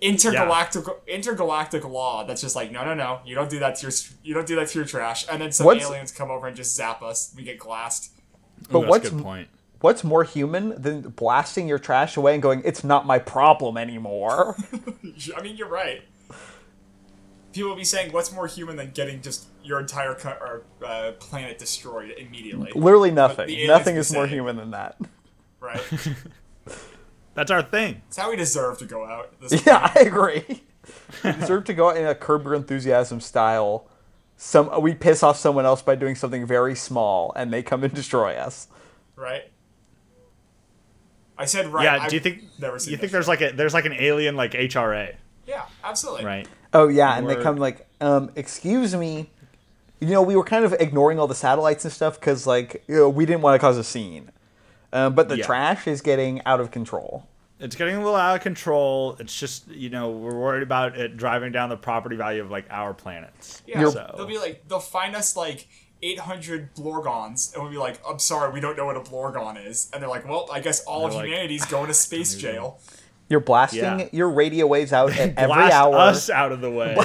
B: Intergalactic intergalactic law that's just like, no, no, no, you don't do that to your s- you don't do that to your trash. And then some
C: What's-
B: aliens come over and just zap us. We get glassed.
A: Ooh,
C: But
A: that's
C: what's
A: a good point?
C: what's more human than blasting your trash away and going, "It's not my problem anymore."
B: I mean, you're right. People will be saying, "What's more human than getting just your entire co- or, uh, planet destroyed immediately?"
C: Literally
B: the
C: nothing.
B: aliens
C: Nothing
B: would
C: is more
B: say-
C: human than that.
B: Right?
A: That's our thing.
B: It's how we deserve to go out. This
C: Yeah, I agree. We deserve to go out in a curb your enthusiasm style. Some we piss off someone else by doing something very small, and they come and destroy us.
B: right. I said right.
A: Yeah.
B: I've
A: do you think
B: never seen
A: you think
B: that
A: there's like a there's like an alien like HRA,
B: shit. Yeah, absolutely.
A: right?
C: Oh yeah, and they
A: Word.
C: come like, um, excuse me. You know, we were kind of ignoring all the satellites and stuff because like you know, we didn't want to cause a scene, um, but the
A: Yeah.
C: trash is getting out of control.
A: it's getting a little out of control. It's just you know we're worried about it driving down the property value of like our planets.
B: Yeah.
C: You're-
B: They'll be like, they'll find us like 800 Blorgons, and we'll be like, "I'm sorry, we don't know what a Blorgon is." And they're like, "Well, I guess all of
A: They're like,
B: humanity's going to space jail."
C: You're blasting
A: Yeah.
C: your radio waves out at every
A: Blast
C: hour,
A: us out of the way.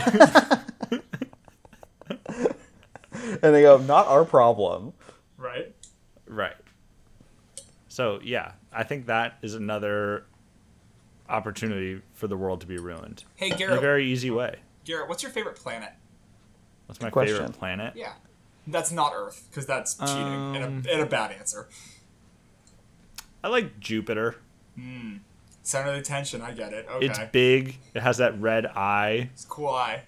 C: and they go, "Not our problem."
B: Right.
A: right. So yeah, I think that is another opportunity for the world to be ruined
B: Hey,
A: in a
B: Garrett.
A: very easy way.
B: Garrett, what's your favorite planet?
A: That's my
C: question.
A: favorite planet.
B: Yeah. That's not Earth, because that's cheating
A: Um.
B: and, a, and a bad answer.
A: I like Jupiter.
B: Center of attention, I get it. Okay.
A: It's big. It has that red eye.
B: It's a cool eye.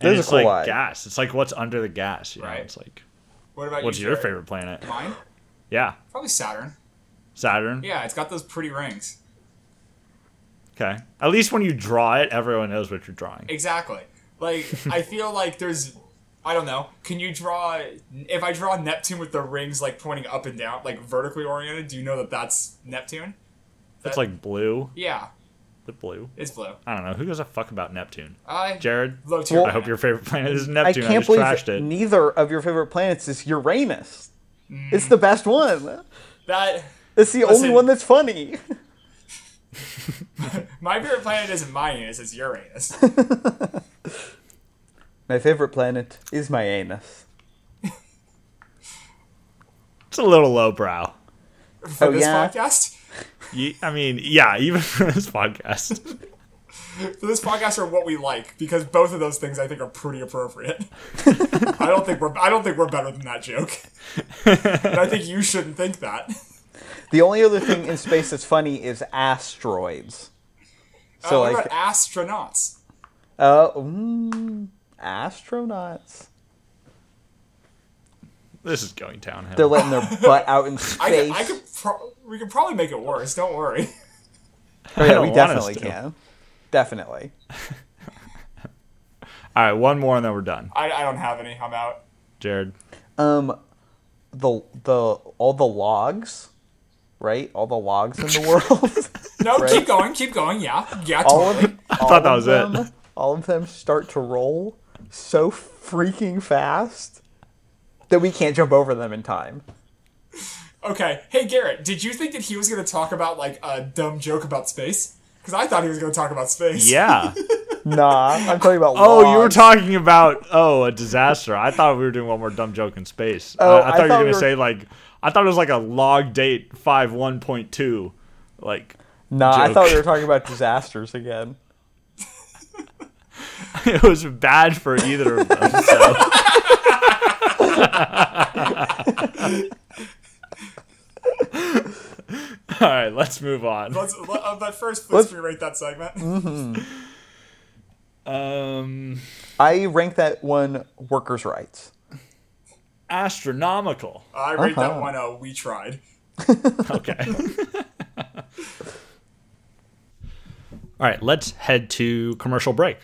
A: And
C: There's a
A: it's
C: cool
A: like
C: eye.
A: gas. It's like what's under the gas. You know?
B: Right.
A: It's like
B: What about
A: what's
B: you?
A: your
B: Jared?
A: favorite planet?
B: Mine?
A: Yeah,
B: Probably Saturn.
A: Saturn.
B: Yeah, it's got those pretty rings.
A: Okay. At least when you draw it, everyone knows what you're drawing.
B: Exactly. Like, I feel like there's. I don't know. Can you draw. If I draw Neptune with the rings, like, pointing up and down, like, vertically oriented, do you know that that's Neptune?
A: It's like blue.
B: Yeah,
A: The blue.
B: it's blue.
A: I don't know. Who gives a fuck about Neptune?
B: I
A: Jared,
B: love to your
A: I hope your favorite planet is
C: I
A: Neptune. I,
C: can't
A: just
C: believe
A: trashed it.
C: neither of your favorite planets is Uranus. It's the best one.
B: That.
C: It's the only
B: Mm. Listen.
C: one that's funny.
B: My favorite planet isn't Uranus, it's Uranus.
C: My favorite planet is my anus.
A: It's a little lowbrow.
B: For
C: Oh,
B: this
C: yeah?
B: podcast?
A: You, I mean, yeah, even for this podcast.
B: So this podcast are what we like because both of those things I think are pretty appropriate. I don't think we're I don't think we're better than that joke. And I think you shouldn't think that. Uh,
C: The only other thing in space that's funny is asteroids. So
B: uh, what
C: like
B: about astronauts?
C: uh, mm, astronauts.
A: This is going
C: They're
A: downhill.
C: letting their butt out in
B: I,
C: space.
B: could- I could pro- we could probably make it worse. Don't worry.
C: oh, yeah,
A: don't
C: we
A: want us
C: definitely
A: to.
C: can. Definitely.
A: All right, one more and then we're done.
B: I, I don't have any. I'm out.
A: Jared.
C: Um, the the all the logs, right? All the logs in the world.
B: No,
C: Right.
B: keep going. Keep going. Yeah, yeah.
C: all
B: totally.
C: of I
A: thought that was it.
C: them, All of them start to roll so freaking fast that we can't jump over them in time.
B: Okay. Hey Garrett, did you think that he was going to talk about like a dumb joke about space? Because I thought he was going to talk about space.
A: Yeah.
C: Nah, I'm talking about.
A: Oh, you were
C: logs.
A: talking about oh a disaster. I thought we were doing one more dumb joke in space.
C: Oh,
A: I, I thought
C: I
A: you were
C: thought
A: gonna
C: we were-
A: say like I thought it was like a log date five one point two, like
C: Nah, I
A: joke.
C: thought we were talking about disasters again.
A: it was bad for either of them. So. All right, let's move on.
B: Let's, let, uh, but first,
C: Let's- Mm-hmm.
B: please rerate that segment.
A: Um,
C: I rank that one workers' rights.
A: astronomical.
B: I rate that
C: Uh-huh.
B: one. Uh, we tried.
A: Okay. All right, let's head to commercial break.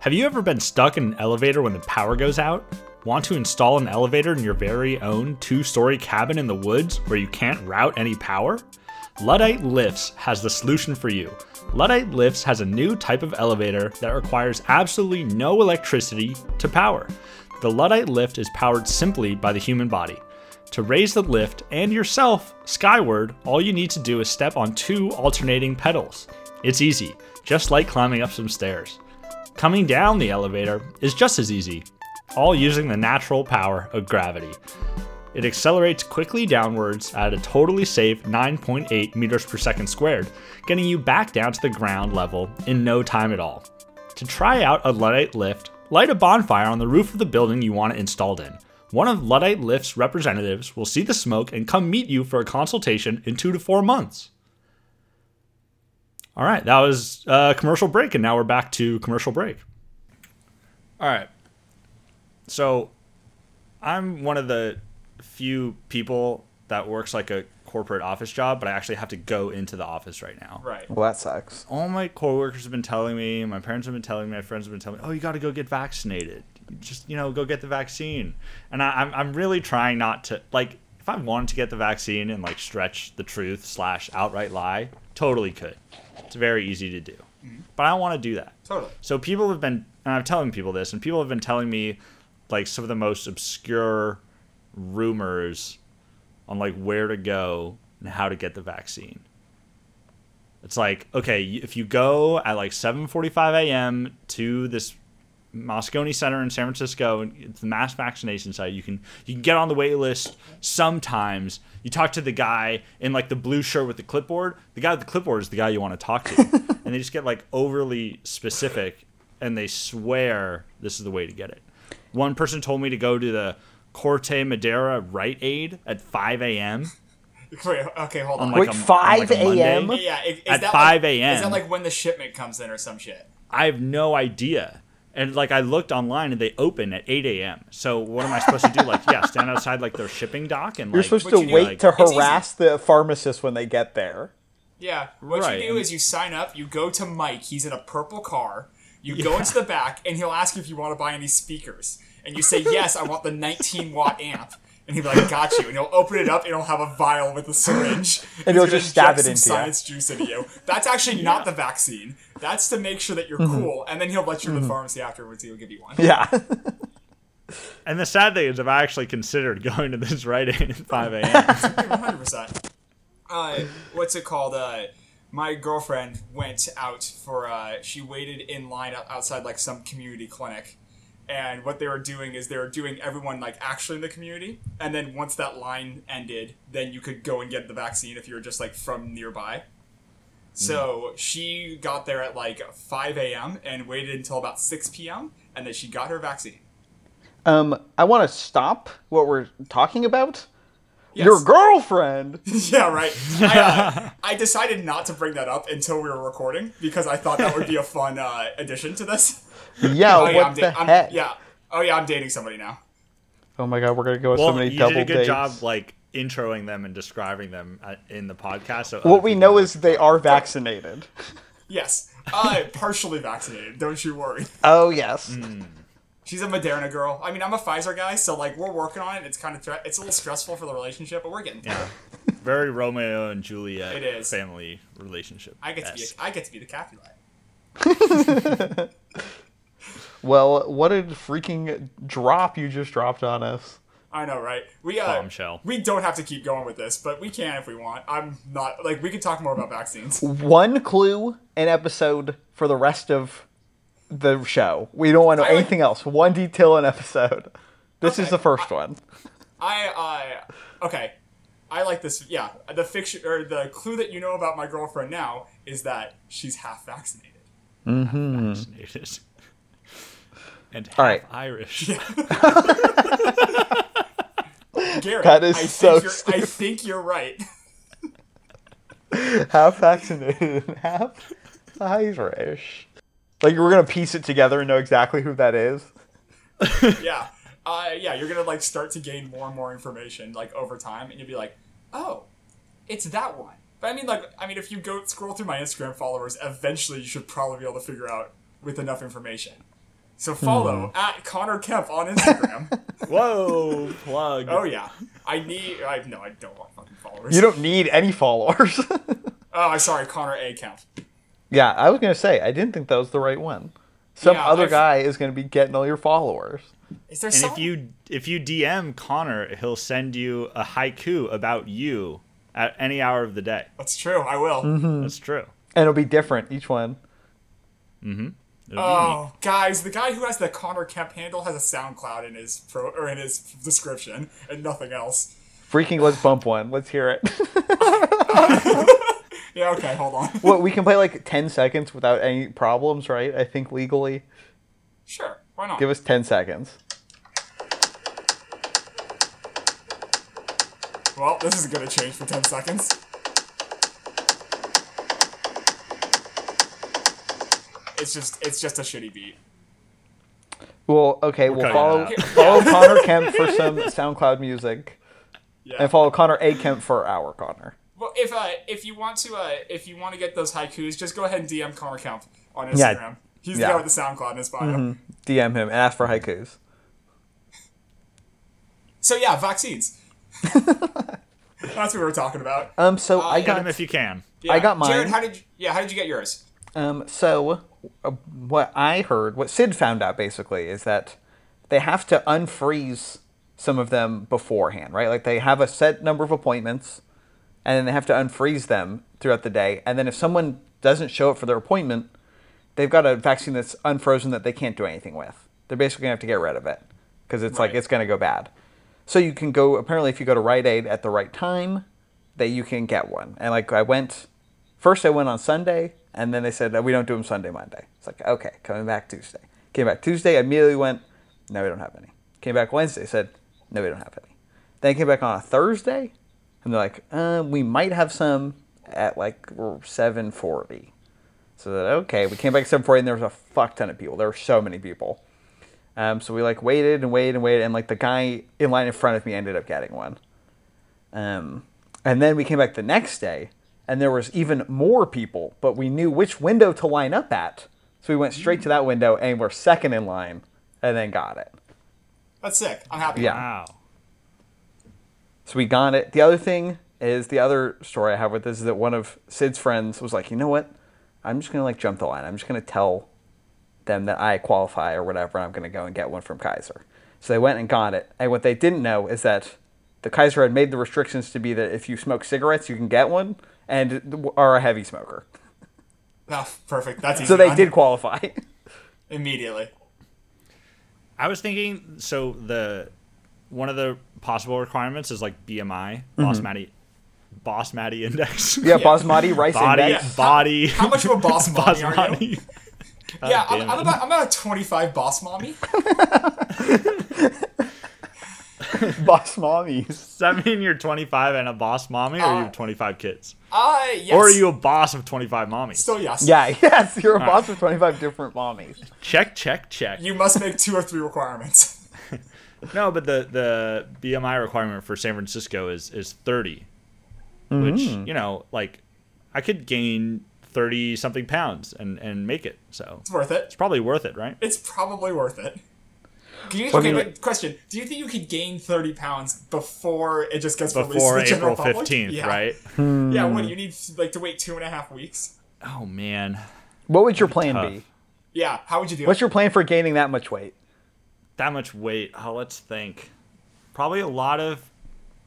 A: Have you ever been stuck in an elevator when the power goes out? Want to install an elevator in your very own two story cabin in the woods where you can't route any power? Luddite Lifts has the solution for you. Luddite Lifts has a new type of elevator that requires absolutely no electricity to power. The Luddite lift is powered simply by the human body. To raise the lift and yourself skyward, all you need to do is step on two alternating pedals. It's easy, just like climbing up some stairs. Coming down the elevator is just as easy, all using the natural power of gravity. It accelerates quickly downwards at a totally safe 9.8 meters per second squared, getting you back down to the ground level in no time at all. To try out a Luddite lift, light a bonfire on the roof of the building you want it installed in. One of Luddite Lift's representatives will see the smoke and come meet you for a consultation in two to four months. All right, that was uh, commercial break, and now we're back to commercial break. All right. So I'm one of the few people that works like a corporate office job, but I actually have to go into the office right now
B: Right.
C: Well, that sucks.
A: all my coworkers have been telling me, my parents have been telling me, my friends have been telling me, oh, you got to go get vaccinated. Just you know, go get the vaccine. And I, I'm I'm really trying not to like. If I wanted to get the vaccine and like stretch the truth slash outright lie, totally could. It's very easy to do. But I don't want to do that.
B: Totally.
A: So people have been, and I'm telling people this, and people have been telling me like some of the most obscure rumors on like where to go and how to get the vaccine. It's like okay, y- if you go at like 7:45 a.m. to this Moscone Center in San Francisco, and it's the mass vaccination site. You can you can get on the wait list. Sometimes you talk to the guy in like the blue shirt with the clipboard. The guy with the clipboard is the guy you want to talk to, and they just get like overly specific, and they swear this is the way to get it. One person told me to go to the Corte Madera Right Aid at 5 a.m.
B: Wait, okay, hold on.
A: on, like,
C: Wait,
A: a- on, like, a
C: 5 a.m.?
A: Monday.
B: yeah, is, is
A: at
B: that
A: 5
B: like-
A: a.m..
B: Is that like when the shipment comes in or some shit?
A: I have no idea. And like I looked online and they open at 8 a.m. So what am I supposed to do? Like, yeah, stand outside like their shipping dock and like.
C: You're supposed
B: what
C: to
B: you do,
C: wait
A: like-
C: to
B: It's easy.
C: harass the pharmacist when they get there.
B: Yeah. What
A: Right,
B: you do
A: and-
B: is you sign up, you go to Mike, he's in a purple car, you go into the back, and he'll ask you if you want to buy any speakers. And you say, Yes, I want the 19 watt amp. And he'll be like, Got you. And he'll open it up and he'll have a vial with a syringe. And,
C: he'll
B: he's gonna
C: just stab
B: inject
C: it
B: some
C: into you.
B: science juice into you. That's actually not the vaccine. That's to make sure that you're cool. And then he'll let you to the pharmacy afterwards. He'll give you one.
C: Yeah.
A: and the sad thing is, I've actually considered going to this right aid at 5 a.m.
B: 100 percent. Uh, what's it called? Uh, my girlfriend went out for. Uh, she waited in line o- outside like some community clinic, and what they were doing is they were doing everyone like actually in the community, and then once that line ended, then you could go and get the vaccine if you were just like from nearby. So she got there at like 5 a.m. and waited until about 6 p.m. and then she got her vaccine.
C: Um, I want to stop what we're talking about.
B: Yes.
C: Your girlfriend.
B: Yeah, right. I, uh, I decided not to bring that up until we were recording because I thought that would be a fun uh, addition to this.
C: Yeah.
B: Oh
C: what
B: yeah, I'm,
C: the
B: da- I'm-
C: heck?
B: yeah. Oh yeah, I'm dating somebody now.
C: Oh my god, we're gonna go with
A: well,
C: so many
A: you
C: double
A: did a good
C: dates.
A: job like introing them and describing them uh, in the podcast. So other
C: what we
A: people
C: know
A: would-
C: is they are vaccinated.
B: Yes, uh, partially vaccinated. Don't you worry.
C: Oh yes.
B: She's a Moderna girl. I mean, I'm a Pfizer guy, so like we're working on it. It's kind of thre- it's a little stressful for the relationship, but we're getting there.
A: very Romeo and Juliet
B: It is.
A: family relationship.
B: I get to be
A: Yes.
B: a, I get to be the Capulet.
C: Well, what a freaking drop you just dropped on us.
B: I know, right? We uh,
A: Bombshell.
B: We don't have to keep going with this, but we can if we want. I'm not like we could talk more about vaccines.
C: One clue, an episode for the rest of the show. We don't want to know
B: I would-
C: anything else. One detail an episode. This is
B: Okay.
C: the first one.
B: I I okay. I like this. Yeah, the fiction or the clue that you know about my girlfriend now is that she's half vaccinated.
A: Vaccinated. And half
C: All right.
A: Irish.
B: Garrett,
C: That is
B: I
C: so
B: think you're, I
C: stupid.
B: think you're right.
C: Half vaccinated and half Irish. Like we're gonna piece it together and know exactly who that is.
B: yeah. Uh, yeah, you're gonna like start to gain more and more information like over time, and you'll be like, oh, it's that one. But I mean, like, I mean, if you go scroll through my Instagram followers, eventually you should probably be able to figure out with enough information. So follow
C: Hmm.
B: at Connor Kemp on Instagram.
A: Whoa, plug.
B: oh yeah, I need. I no, I don't want fucking followers.
C: You don't need any followers.
B: Oh, I'm sorry, Connor A Kemp.
C: yeah, I was gonna say I didn't think that was the right one. Some
B: Yeah,
C: other
B: I've-
C: guy is gonna be getting all your followers.
B: Is there
A: And
B: some?
A: if you if you DM Connor, he'll send you a haiku about you at any hour of the day.
B: That's true. I will.
C: Hmm.
A: That's true.
C: And it'll be different each one.
A: It'll be
B: Oh, guys, the guy who has the Connor Kemp handle has a SoundCloud in his pro or in his description and nothing else.
C: Freaking let's bump one. Let's hear it.
B: Yeah, okay, hold on.
C: what we can play like 10 seconds without any problems right i think legally
B: Sure, why not?
C: give us 10 seconds
B: well, this is gonna change for ten seconds. It's just it's just a shitty beat.
C: well okay we'll
A: cutting
C: follow
A: that
B: out.
C: follow connor kemp for some soundcloud music
B: Yeah.
C: and follow connor a kemp for our connor
B: well, if uh if you want to uh if you want to get those haikus, just go ahead and DM Connor Kemp on Instagram.
C: Yeah.
B: He's the
C: Yeah.
B: guy with the SoundCloud in his bio.
C: dm him and ask for haikus
B: So yeah, vaccines. That's what we were talking about.
C: um so i
A: Get him
C: got
A: if you can.
B: Yeah.
C: got mine.
B: Jared, how did you, yeah? How did you get yours?
C: Um, so, uh, what I heard, what Sid found out basically, is that they have to unfreeze some of them beforehand, right? Like they have a set number of appointments, and then they have to unfreeze them throughout the day. And then if someone doesn't show up for their appointment, they've got a vaccine that's unfrozen that they can't do anything with. They're basically gonna have to get rid of it because it's like
B: Right.
C: it's gonna go bad. So you can go apparently if you go to Rite Aid at the right time, that you can get one. And like I went First, I went on Sunday, and then they said, "Uh, we don't do them Sunday, Monday. It's like, okay, coming back Tuesday. Came back Tuesday, I immediately went, no, we don't have any. Came back Wednesday, said, no, we don't have any. Then I came back on a Thursday, and they're like, uh, we might have some at like 740. So that okay, we came back at 740, and there was a fuck ton of people. There were so many people. Um, so we like waited and waited and waited, and like the guy in line in front of me ended up getting one. Um, and then we came back the next day, and there was even more people, but we knew which window to line up at. So we went straight to that window and were second in line, and then got it.
B: That's sick. I'm happy.
C: Yeah.
A: Wow.
C: So we got it. The other thing is the other story I have with this is that one of Sid's friends was like, you know what? I'm just gonna like jump the line. I'm just gonna tell them that I qualify or whatever. I'm gonna go and get one from Kaiser. So they went and got it. And what they didn't know is that the Kaiser had made the restrictions to be that if you smoke cigaretes, you can get one and are a heavy smoker.
B: Ah, perfect. That's easy.
C: So they
B: done.
C: did qualify.
B: immediately.
A: I was thinking so the one of the possible requirements is like BMI, boss Matty boss Matty index.
C: Mm-hmm. yeah, Basmati rice
A: Body
C: index.
B: Yeah.
A: body
B: How much of a boss mommy
A: boss
B: are you?
A: Matty.
B: Yeah, I'm,
A: damn
B: I'm
A: it.
B: about I'm about a 25 boss mommy.
C: Basmati's.
A: Does that mean you're twenty five and a boss mommy or
B: Uh,
A: you have twenty five kids?
B: Uh, yes.
A: Or are you a boss of twenty five mommies?
B: Still yes.
C: Yeah, yes, you're a boss with 25 different mommies.
A: check, check, check.
B: You must make two or three requirements.
A: No, but the the BMI requirement for San Francisco is is 30, which
C: Mm-hmm.
A: you know, like, I could gain thirty something pounds and and make it. So
B: It's worth it.
A: it's probably worth it, right?
B: It's probably worth it. Do you,
C: Well, I
B: okay,
C: mean,
B: but question: Do you think you could gain 30 pounds before it just gets
A: Before
B: released to the general
A: April
B: public?
A: fifteenth,
B: yeah.
A: right?
B: Yeah. What you need like to wait two and a half weeks?
A: Oh man,
C: What would your plan
A: Tough.
C: be?
B: Yeah. How would you do?
C: What's
B: it?
C: your plan for gaining that much weight?
A: that much weight. Oh, let's think. probably a lot of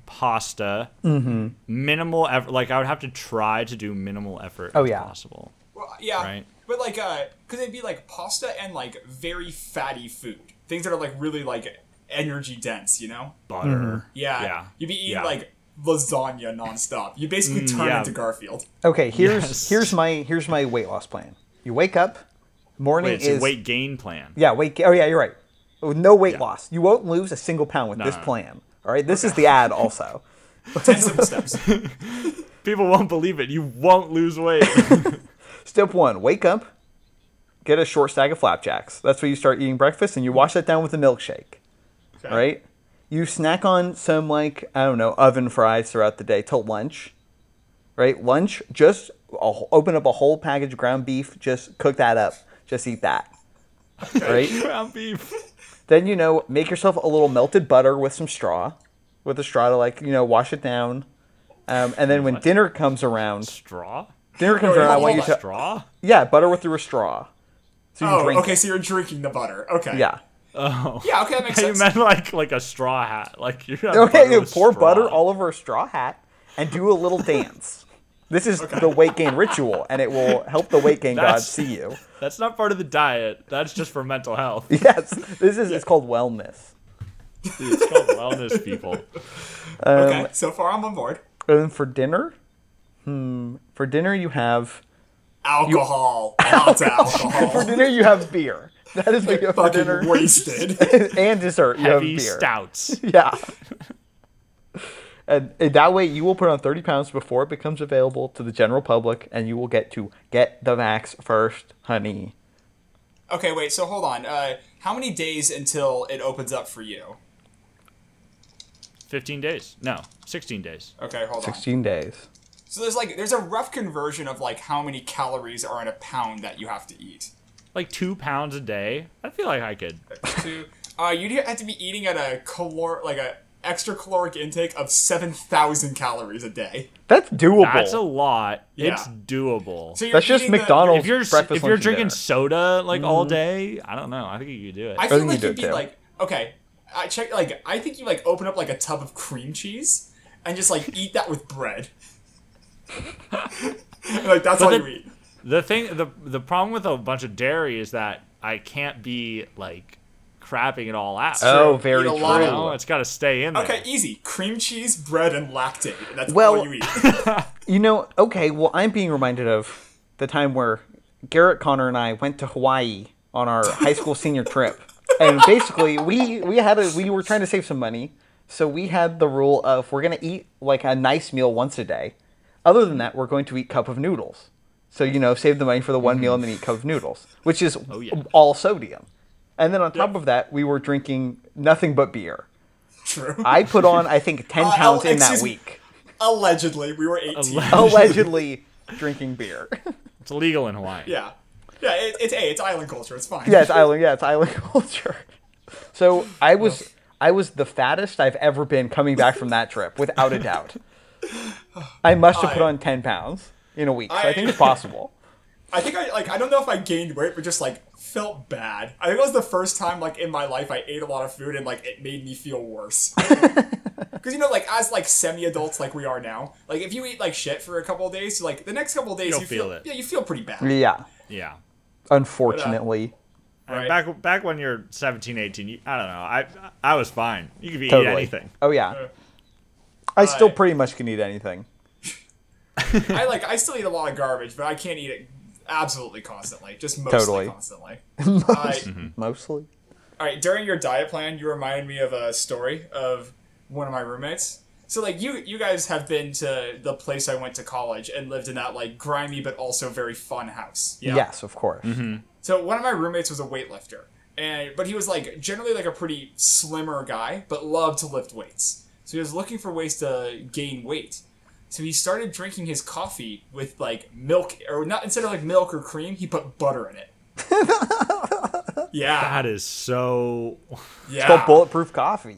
A: pasta.
C: Mm-hmm.
A: Minimal effort. Like I would have to try to do minimal effort.
C: Oh,
A: if
C: yeah.
A: Possible.
B: Well, yeah.
A: Right.
B: But like, uh, because it'd be like pasta and like very fatty food, things that are like really like energy dense, you know?
A: Butter.
C: Mm-hmm.
B: Yeah.
A: Yeah.
B: You'd be eating
A: Yeah. Mm,
B: like lasagna nonstop. You basically turn
A: yeah.
B: into Garfield.
C: Okay, here's
A: Yes.
C: here's my here's my weight loss plan. You wake up, morning
A: Wait, it's
C: is
A: a weight gain plan.
C: yeah weight. Oh yeah, you're right. Oh, No weight
A: Yeah.
C: loss. You won't lose a single pound with this
A: no, no.
C: plan. All right, this is the ad also.
B: Ten simple steps.
A: People won't believe it. You won't lose weight.
C: Step one: wake up, get a short stack of flapjacks. That's where you start eating breakfast, and you wash that down with a milkshake.
B: Okay.
C: All right. You snack on some like I don't know oven fries throughout the day till lunch. Right, lunch. Just a wh- open up a whole package of ground beef. Just cook that up. Just eat that. Right.
A: Ground beef.
C: Then you know, make yourself a little melted butter with some straw, with a straw to like you know wash it down. Um, and then when dinner comes around,
A: Straw.
C: dinner comes around, I want you to
A: Straw.
C: yeah butter with through a straw. So you
B: Oh,
C: drink.
B: okay. So you're drinking the butter. Okay.
C: It. Yeah.
B: Yeah. Okay, that makes
A: You
B: sense.
A: meant like like a straw hat. Like you.
C: Okay, you pour butter all over a straw hat and do a little dance. This is the weight gain ritual, and it will help the weight gain god
A: That's-
C: see you.
A: That's not part of the diet. That's just for mental health.
C: Yes, this is it's called wellness.
A: It's called wellness, people.
B: okay.
C: Um,
B: so far, I'm on board.
C: And then for dinner, hmm, for dinner you have
B: Alcohol. Lots of
C: for
B: alcohol.
C: dinner you have beer. That is what you have for dinner.
B: Fucking wasted.
C: and dessert you have
A: Heavy
C: beer.
A: stouts.
C: Yeah. And, and that way, you will put on 30 pounds before it becomes available to the general public, and you will get to get the vax first, honey.
B: Okay, wait. So hold on. Uh, how many days until it opens up for you?
A: Fifteen days. No, sixteen days.
B: Okay, hold on.
C: 16 days.
B: So there's like there's a rough conversion of like how many calories are in a pound that you have to eat.
A: Like two pounds a day. I feel like I could.
B: Two. Uh, you'd have to be eating at a calor like a extra caloric intake of seven thousand calories a day.
C: That's doable.
A: That's a lot.
B: Yeah.
A: It's doable.
B: So you're
C: That's just
B: eating the-
C: McDonald's
A: if you're
C: breakfast.
A: if
C: lunch,
A: you're
C: and
A: drinking
C: dinner. Mm-hmm.
A: soda like all day, I don't know. I think you could do it.
B: I feel
C: think
B: like
C: you
B: you'd
C: do
B: be
C: too.
B: like okay. I check like I think you like open up like a tub of cream cheese and just like eat that with bread. And, like that's all
A: then-
B: you eat.
A: the thing the the problem with a bunch of dairy is that I can't be like crapping it all out.
C: oh,
B: Eat
C: very
B: a
C: true.
A: you
B: lot
A: know? it's got to stay in there.
B: Okay, easy. Cream cheese, bread, and lactate. That's
C: Well-
B: all you eat.
C: You know, okay, well, I'm being reminded of the time where Garrett Connor and I went to Hawaii on our high school senior trip. And basically, we we had a, we were trying to save some money, so we had the rule of we're going to eat like a nice meal once a day. Other than that, we're going to eat cup of noodles. So, you know, save the money for the one meal and then eat cup of noodles, which is
A: yeah.
C: all sodium. And then on top of that, we were drinking nothing but beer.
B: True.
C: I put on I think 10
B: Uh,
C: pounds in that
B: excuse me.
C: week.
B: Allegedly, we were 18.
C: allegedly drinking beer.
A: It's legal in Hawaii.
B: yeah. Yeah, it, it's A, it's island culture, it's fine.
C: yeah, it's island. Yeah, it's island culture. So I was I was the fattest I've ever been coming back from that trip, without a doubt. I must have put
B: I-
C: on ten pounds in a week. So I, think
B: I-
C: it's possible.
B: I think I, like, I don't know if I gained weight, but just, like, felt bad. I think it was the first time, like, in my life I ate a lot of food and, like, it made me feel worse. Because, you know, like, as, like, semi adults like we are now, like, if you eat, like, shit for a couple of days, like, the next couple of days
A: don't
B: you feel,
A: feel it.
B: Yeah, you feel pretty bad.
C: Yeah,
A: Yeah.
C: unfortunately.
B: Right?
A: Back back when you're 17, 18, you, I don't know. I I was fine. You could be
C: Totally.
A: eat anything.
C: Oh yeah. I still
B: I-
C: pretty much can eat anything.
B: I, like, I still eat a lot of garbage, but I can't eat it absolutely constantly. Just mostly
C: Totally. Mm-hmm.
B: constantly. I,
C: Mostly.
B: All right, during your diet plan, you reminded me of a story of one of my roommates. So like you you guys have been to the place I went to college and lived in that like grimy but also very fun house. Yeah. Mm-hmm.
C: Yes, of course.
B: So one of my roommates was a weightlifter, and but he was like generally like a pretty slimmer guy, but loved to lift weights. So he was looking for ways to gain weight. So he started drinking his coffee with like milk or not instead of like milk or cream, he put butter in it. yeah.
A: That is so
B: yeah.
C: Called bulletproof coffee.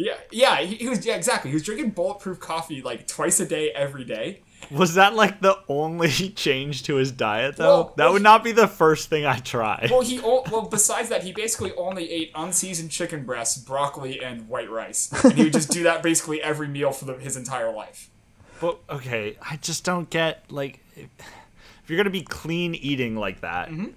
B: Yeah, yeah, he, he was yeah exactly. He was drinking bulletproof coffee like twice a day every day.
A: Was that like the only change to his diet though?
B: Well,
A: that
B: well,
A: would not be the first thing I try.
B: Well, he o- well besides that, he basically only ate unseasoned chicken breasts, broccoli, and white rice, and he would just do that basically every meal for the, his entire life.
A: But okay, I just don't get like if if you're gonna be clean eating like that,
B: Mm-hmm.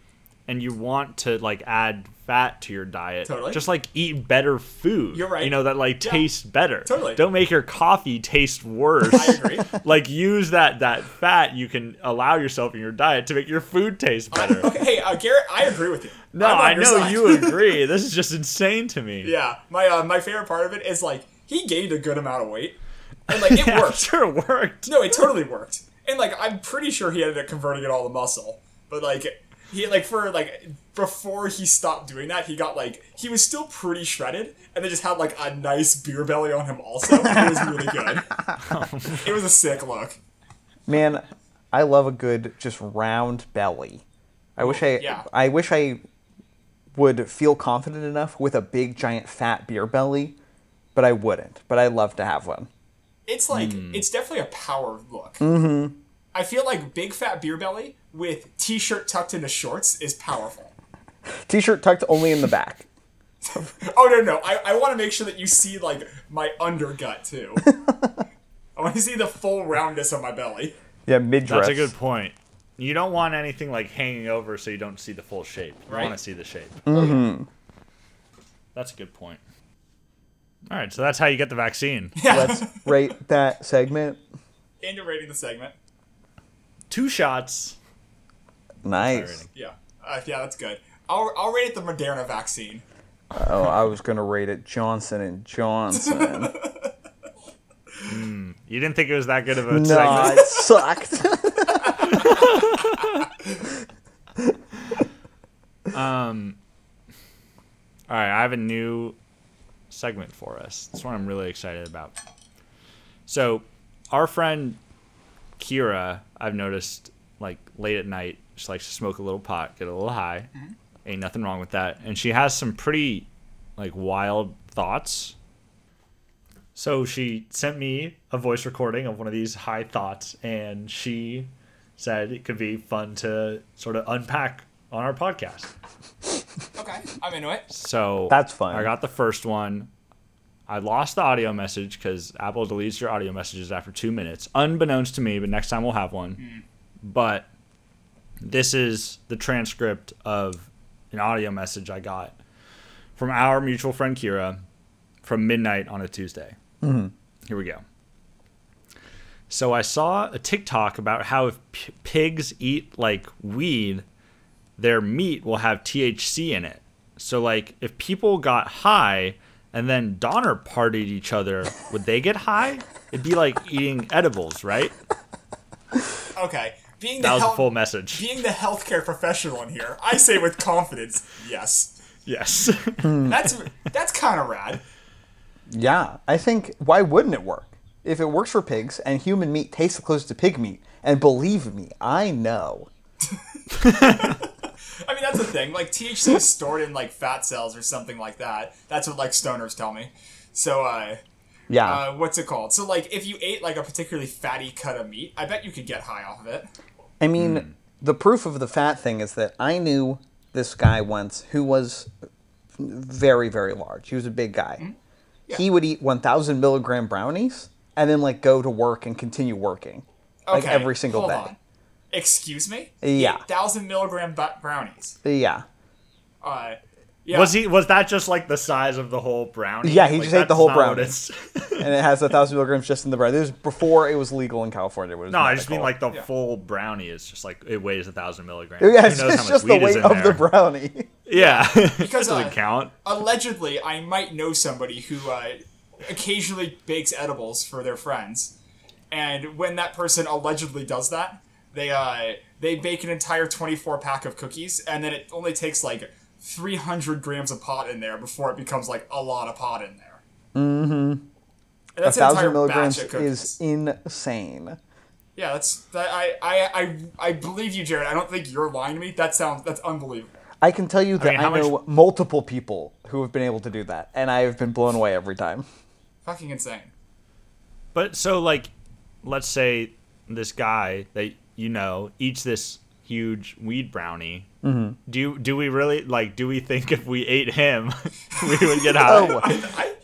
A: and you want to like add fat to your diet,
B: Totally.
A: just like eat better food.
B: You're right.
A: You know that like
B: Yeah.
A: tastes better.
B: Totally.
A: Don't make your coffee taste worse.
B: I agree.
A: like use that that fat you can allow yourself in your diet to make your food taste better.
B: okay, hey uh, Garrett, I agree with you.
A: No,
B: I'm on
A: I
B: your
A: know
B: side.
A: you agree. This is just insane to me.
B: yeah, my uh, my favorite part of it is like he gained a good amount of weight, and like it worked.
A: After it worked.
B: No, it totally worked. And like I'm pretty sure he ended up converting it all to muscle. But like he like for like before he stopped doing that, he got like he was still pretty shredded and they just had like a nice beer belly on him also. It was really good. it was a sick look.
C: Man, I love a good just round belly. I wish I
B: yeah.
C: I wish I would feel confident enough with a big giant fat beer belly, but I wouldn't. But I love to have one.
B: It's like it's definitely a power look. I feel like big fat beer belly with t-shirt tucked into shorts is powerful.
C: T-shirt tucked only in the back.
B: Oh no no! I, I want to make sure that you see like my undergut too. I want to see the full roundness of my belly.
C: Yeah, mid
A: That's a good point. You don't want anything like hanging over so you don't see the full shape. You
B: Right.
A: want to see the shape. That's a good point. All right, so that's how you get the vaccine.
C: Let's rate that segment.
B: into rating the segment.
A: Two shots.
C: Nice.
B: Yeah, uh, yeah, that's good. I'll, I'll rate it the Moderna vaccine.
C: Oh, I was gonna rate it Johnson and Johnson.
A: You didn't think it was that good of a
C: no,
A: segment.
C: it sucked.
A: All right, I have a new segment for us. That's what I'm really excited about. So, our friend Kira, I've noticed, like late at night, she likes to smoke a little pot, get a little high. Ain't nothing wrong with that. And she has some pretty, like, wild thoughts. So she sent me a voice recording of one of these high thoughts, and she said it could be fun to sort of unpack on our podcast.
B: Okay, I'm into it.
A: So
C: That's fine.
A: I got the first one. I lost the audio message because Apple deletes your audio messages after two minutes, unbeknownst to me. But next time we'll have one. But this is the transcript of an audio message I got from our mutual friend Kira from midnight on a Tuesday. Here we go. So I saw a TikTok about how if p- pigs eat like weed, their meat will have THC in it. So like if people got high and then Donner partied each other, would they get high? It'd be like eating edibles, right?
B: Okay, being the
A: That was
B: health,
A: a full message.
B: being the healthcare professional in here, I say with confidence, yes.
A: Yes.
C: Hmm.
B: That's that's kind of rad.
C: Yeah, I think why wouldn't it work? If it works for pigs and human meat tastes close to pig meat, and believe me, I know.
B: I mean, that's the thing. Like THC is stored in like fat cells or something like that. That's what like stoners tell me. So, uh,
C: Yeah.
B: uh, what's it called? So, like, if you ate like a particularly fatty cut of meat, I bet you could get high off of it.
C: I mean,
B: hmm.
C: the proof of the fat thing is that I knew this guy once who was very, very large. He was a big guy.
B: Mm-hmm.
C: He would eat 1,000 milligram brownies and then, like, go to work and continue working. Like,
B: Okay,
C: every single
B: hold
C: day.
B: on. Excuse me.
C: Yeah.
B: Thousand milligram bu- brownies.
C: Yeah.
B: Uh, yeah.
A: Was he was that just like the size of the whole brownie?
C: Yeah, he
A: Like,
C: just ate the
A: that's
C: whole
A: not what
C: brownie.
A: it's-
C: And it has 1,000 milligrams just in the brownie. This was before it was legal in California.
A: no, I just mean like the
B: Yeah.
A: full brownie is just like it weighs a thousand milligrams.
C: Yeah,
A: Who
C: it's,
A: knows how
C: it's
A: much
C: just
A: weed
C: the
A: is
C: weight
A: in
C: of
A: there.
C: the brownie.
A: Yeah.
B: Because,
A: doesn't
B: uh,
A: count.
B: allegedly, I might know somebody who uh, occasionally bakes edibles for their friends, and when that person allegedly does that, they uh, they bake an entire twenty four pack of cookies, and then it only takes like three hundred grams of pot in there before it becomes like a lot of pot in there. Mm-hmm. And
C: A
B: that's an entire
C: thousand
B: milligrams
C: milligrams
B: batch of cookies.
C: is insane.
B: yeah, that's that, I, I I I believe you, Jared. I don't think you're lying to me. That sounds that's unbelievable.
C: I can tell you that
A: mean,
C: I,
A: how much-
C: know multiple people who have been able to do that, and I have been blown away every time.
B: Fucking insane.
A: But so like, let's say this guy that you know eats this huge weed brownie. Mm-hmm. Do you, do we really like? Do we think if we ate him, we would get high?
C: Oh,
B: I,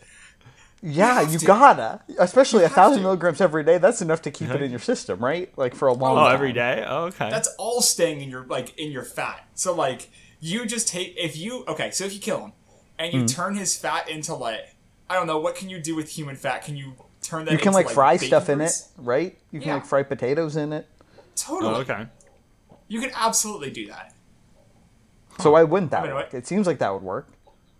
C: yeah,
B: have
C: you
B: to.
C: gotta. Especially a thousand
B: to.
C: milligrams every day. That's enough to keep it in your system, right? Like for a long.
A: Oh,
C: time.
A: every day. Oh, okay.
B: that's all staying in your like in your fat. So like you just take if you okay, so if you kill him and
C: Hmm.
B: you turn his fat into like I don't know what can you do with human fat? Can you turn that?
C: You can
B: into,
C: like, fry
B: bacon
C: stuff in it,
B: grease?
C: right? You can
B: Yeah.
C: like fry potatoes in it.
B: Totally.
A: oh, okay.
B: You can absolutely do that.
C: So why wouldn't that
B: mean,
C: work?
B: what-
C: It seems like that would work.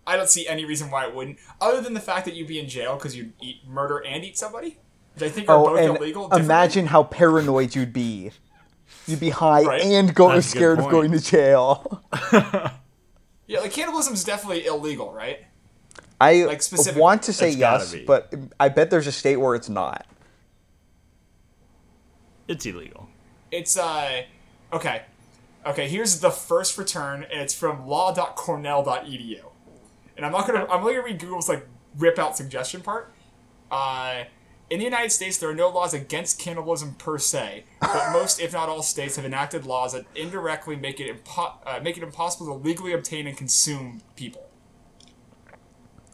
B: I don't see any reason why it wouldn't, other than the fact that you'd be in jail because you'd eat murder and eat somebody, which I think are
C: Oh,
B: both
C: and
B: illegal. differently.
C: imagine how paranoid you'd be. You'd be high
B: Right.
C: and go
A: That's a good
C: scared of
A: point.
C: going to jail.
B: yeah, like cannibalism is definitely illegal, right?
C: I
B: Like, specifically.
C: want to say
A: It's gotta
C: yes,
A: be.
C: but I bet there's a state where it's not.
A: It's illegal.
B: It's uh, okay, okay. Here's the first return, and it's from law.cornell.edu. E And I'm not gonna. I'm only gonna read Google's like rip out suggestion part. Uh, in the United States, there are no laws against cannibalism per se, but most, if not all, states have enacted laws that indirectly make it impo- uh, make it impossible to legally obtain and consume people.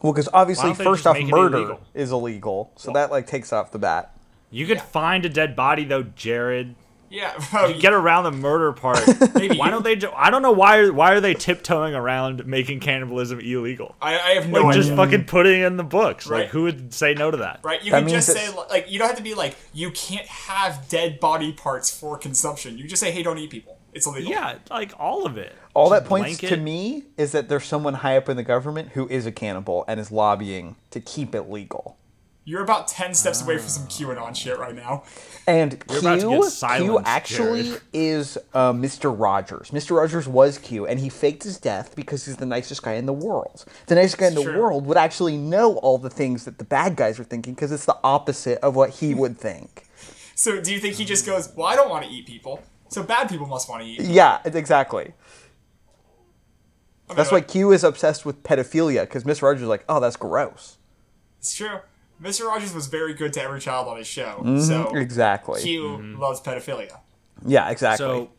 C: Well, because obviously,
A: don't they
C: first
A: just
C: off,
A: make it
C: murder
A: illegal?
C: is illegal, so that like takes off the bat.
A: You could find a dead body though, Jared.
B: Yeah,
A: Get around the murder part.
B: maybe
A: why don't they? ju- I don't know why. Why are they tiptoeing around making cannibalism illegal?
B: I, I have no idea.
A: Just fucking putting it in the books. Like
B: Right.
A: who would say no to that?
B: Right, you
C: That
B: can
C: means
B: just say
C: it's-
B: li- like you don't have to be like you can't have dead body parts for consumption. You just say hey, don't eat people. It's illegal.
A: Yeah, like all of it.
C: All that
A: Just
C: points to
A: blanket.
C: me is that there's someone high up in the government who is a cannibal and is lobbying to keep it legal.
B: You're about 10 steps away from
C: Ah.
B: some QAnon shit right now.
C: And
A: about to
C: Q,
A: get
C: Q
A: silenced,
C: actually
A: Jared.
C: is uh, Mr. Rogers. Mr. Rogers was Q, and he faked his death because he's the nicest guy in the world. The nicest guy in the
B: true.
C: world would actually know all the things that the bad guys are thinking because it's the opposite of what he would think.
B: So do you think he just goes, "Well, I don't want to eat people." So bad people must want to eat.
C: Yeah, exactly.
B: I mean,
C: That's why
B: like,
C: Q is obsessed with pedophilia because Mr. Rogers is like, oh, that's gross.
B: it's true. Mr. Rogers was very good to every child on his show. So
C: Mm-hmm,
A: Oh.
C: Exactly.
B: Q loves pedophilia.
C: Yeah, exactly.
A: So,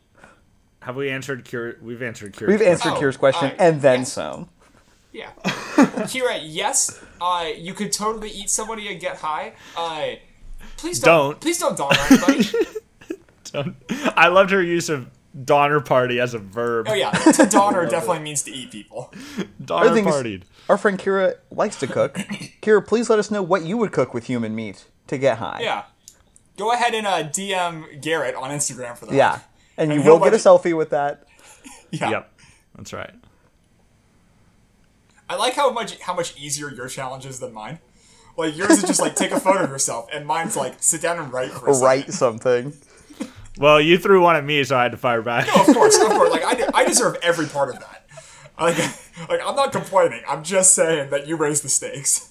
A: have we answered cure? We've answered cure.
C: We've answered
B: Oh,
C: Kier's question
B: alright,
C: and then
B: yes.
C: some.
B: Yeah. Kira, yes, uh, you could totally eat somebody and get high. Uh, please don't,
A: Don't.
B: Please don't dog on anybody.
A: I loved her use of Donner Party as a verb.
B: oh yeah, to daughter definitely means to eat people.
A: Donner
C: thing is-
A: partied.
C: Our friend Kira likes to cook. Kira, please let us know what you would cook with human meat to get high.
B: Yeah. Go ahead and uh, DM Garrett on Instagram for that.
C: Yeah. And you
B: And
C: will
B: he'll
C: get a
B: let
C: selfie with that.
B: Yeah.
A: Yep, that's right.
B: I like how much how much easier your challenge is than mine. Like yours is just like take a photo of yourself, and mine's like sit down and write for a
C: Or
B: second.
C: write something.
A: Well, you threw one at me, so I had to fire back.
B: Oh, Of course, of course. Like I, de- I deserve every part of that. Like, like I'm not complaining. I'm just saying that you raised the stakes.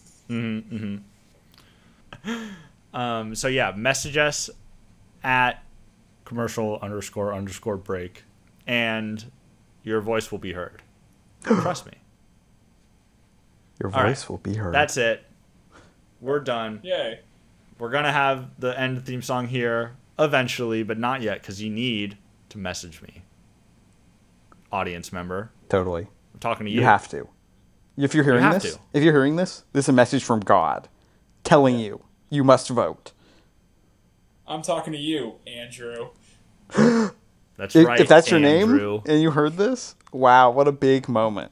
A: Um, so yeah, message us at commercial underscore underscore break, and your voice will be heard. Trust me.
C: Your
A: All right. voice
C: will be heard.
A: That's it. We're done.
B: Yay.
A: We're gonna have the end theme song here eventually, but not yet because you need to message me, audience member.
C: totally.
A: I'm talking to you.
C: You have to. If you're hearing
A: have
C: this,
A: to.
C: if you're hearing this, this is a message from God telling you you must vote.
B: I'm talking to you, Andrew.
A: That's
C: If,
A: right.
C: if that's your
A: Andrew.
C: name and you heard this, wow, what a big moment.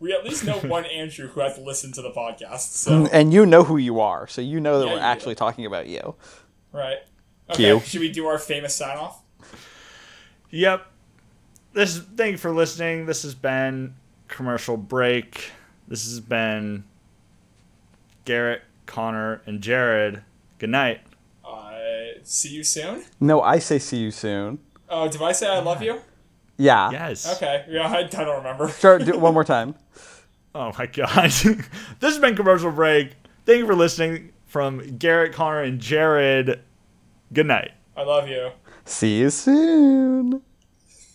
B: We at least know one Andrew who has listened to the podcast. So
C: Mm, And you know who you are, so you know that
B: Yeah,
C: we're
B: you do.
C: actually talking about you.
B: right.
C: Okay, Cue.
B: Should we do our famous sign off?
A: Yep. This is thank you for listening. This has been commercial break. This has been Garrett, Connor, and Jared. Good night.
B: Uh, see you soon.
C: No, I say see you soon.
B: Oh, did I say I love you?
C: Yeah.
A: Yes.
B: Okay. Yeah, I, I don't remember.
C: Start do it one more time.
A: Oh my god. this has been commercial break. Thank you for listening from Garrett, Connor, and Jared. Good night.
B: I love you.
C: See you soon.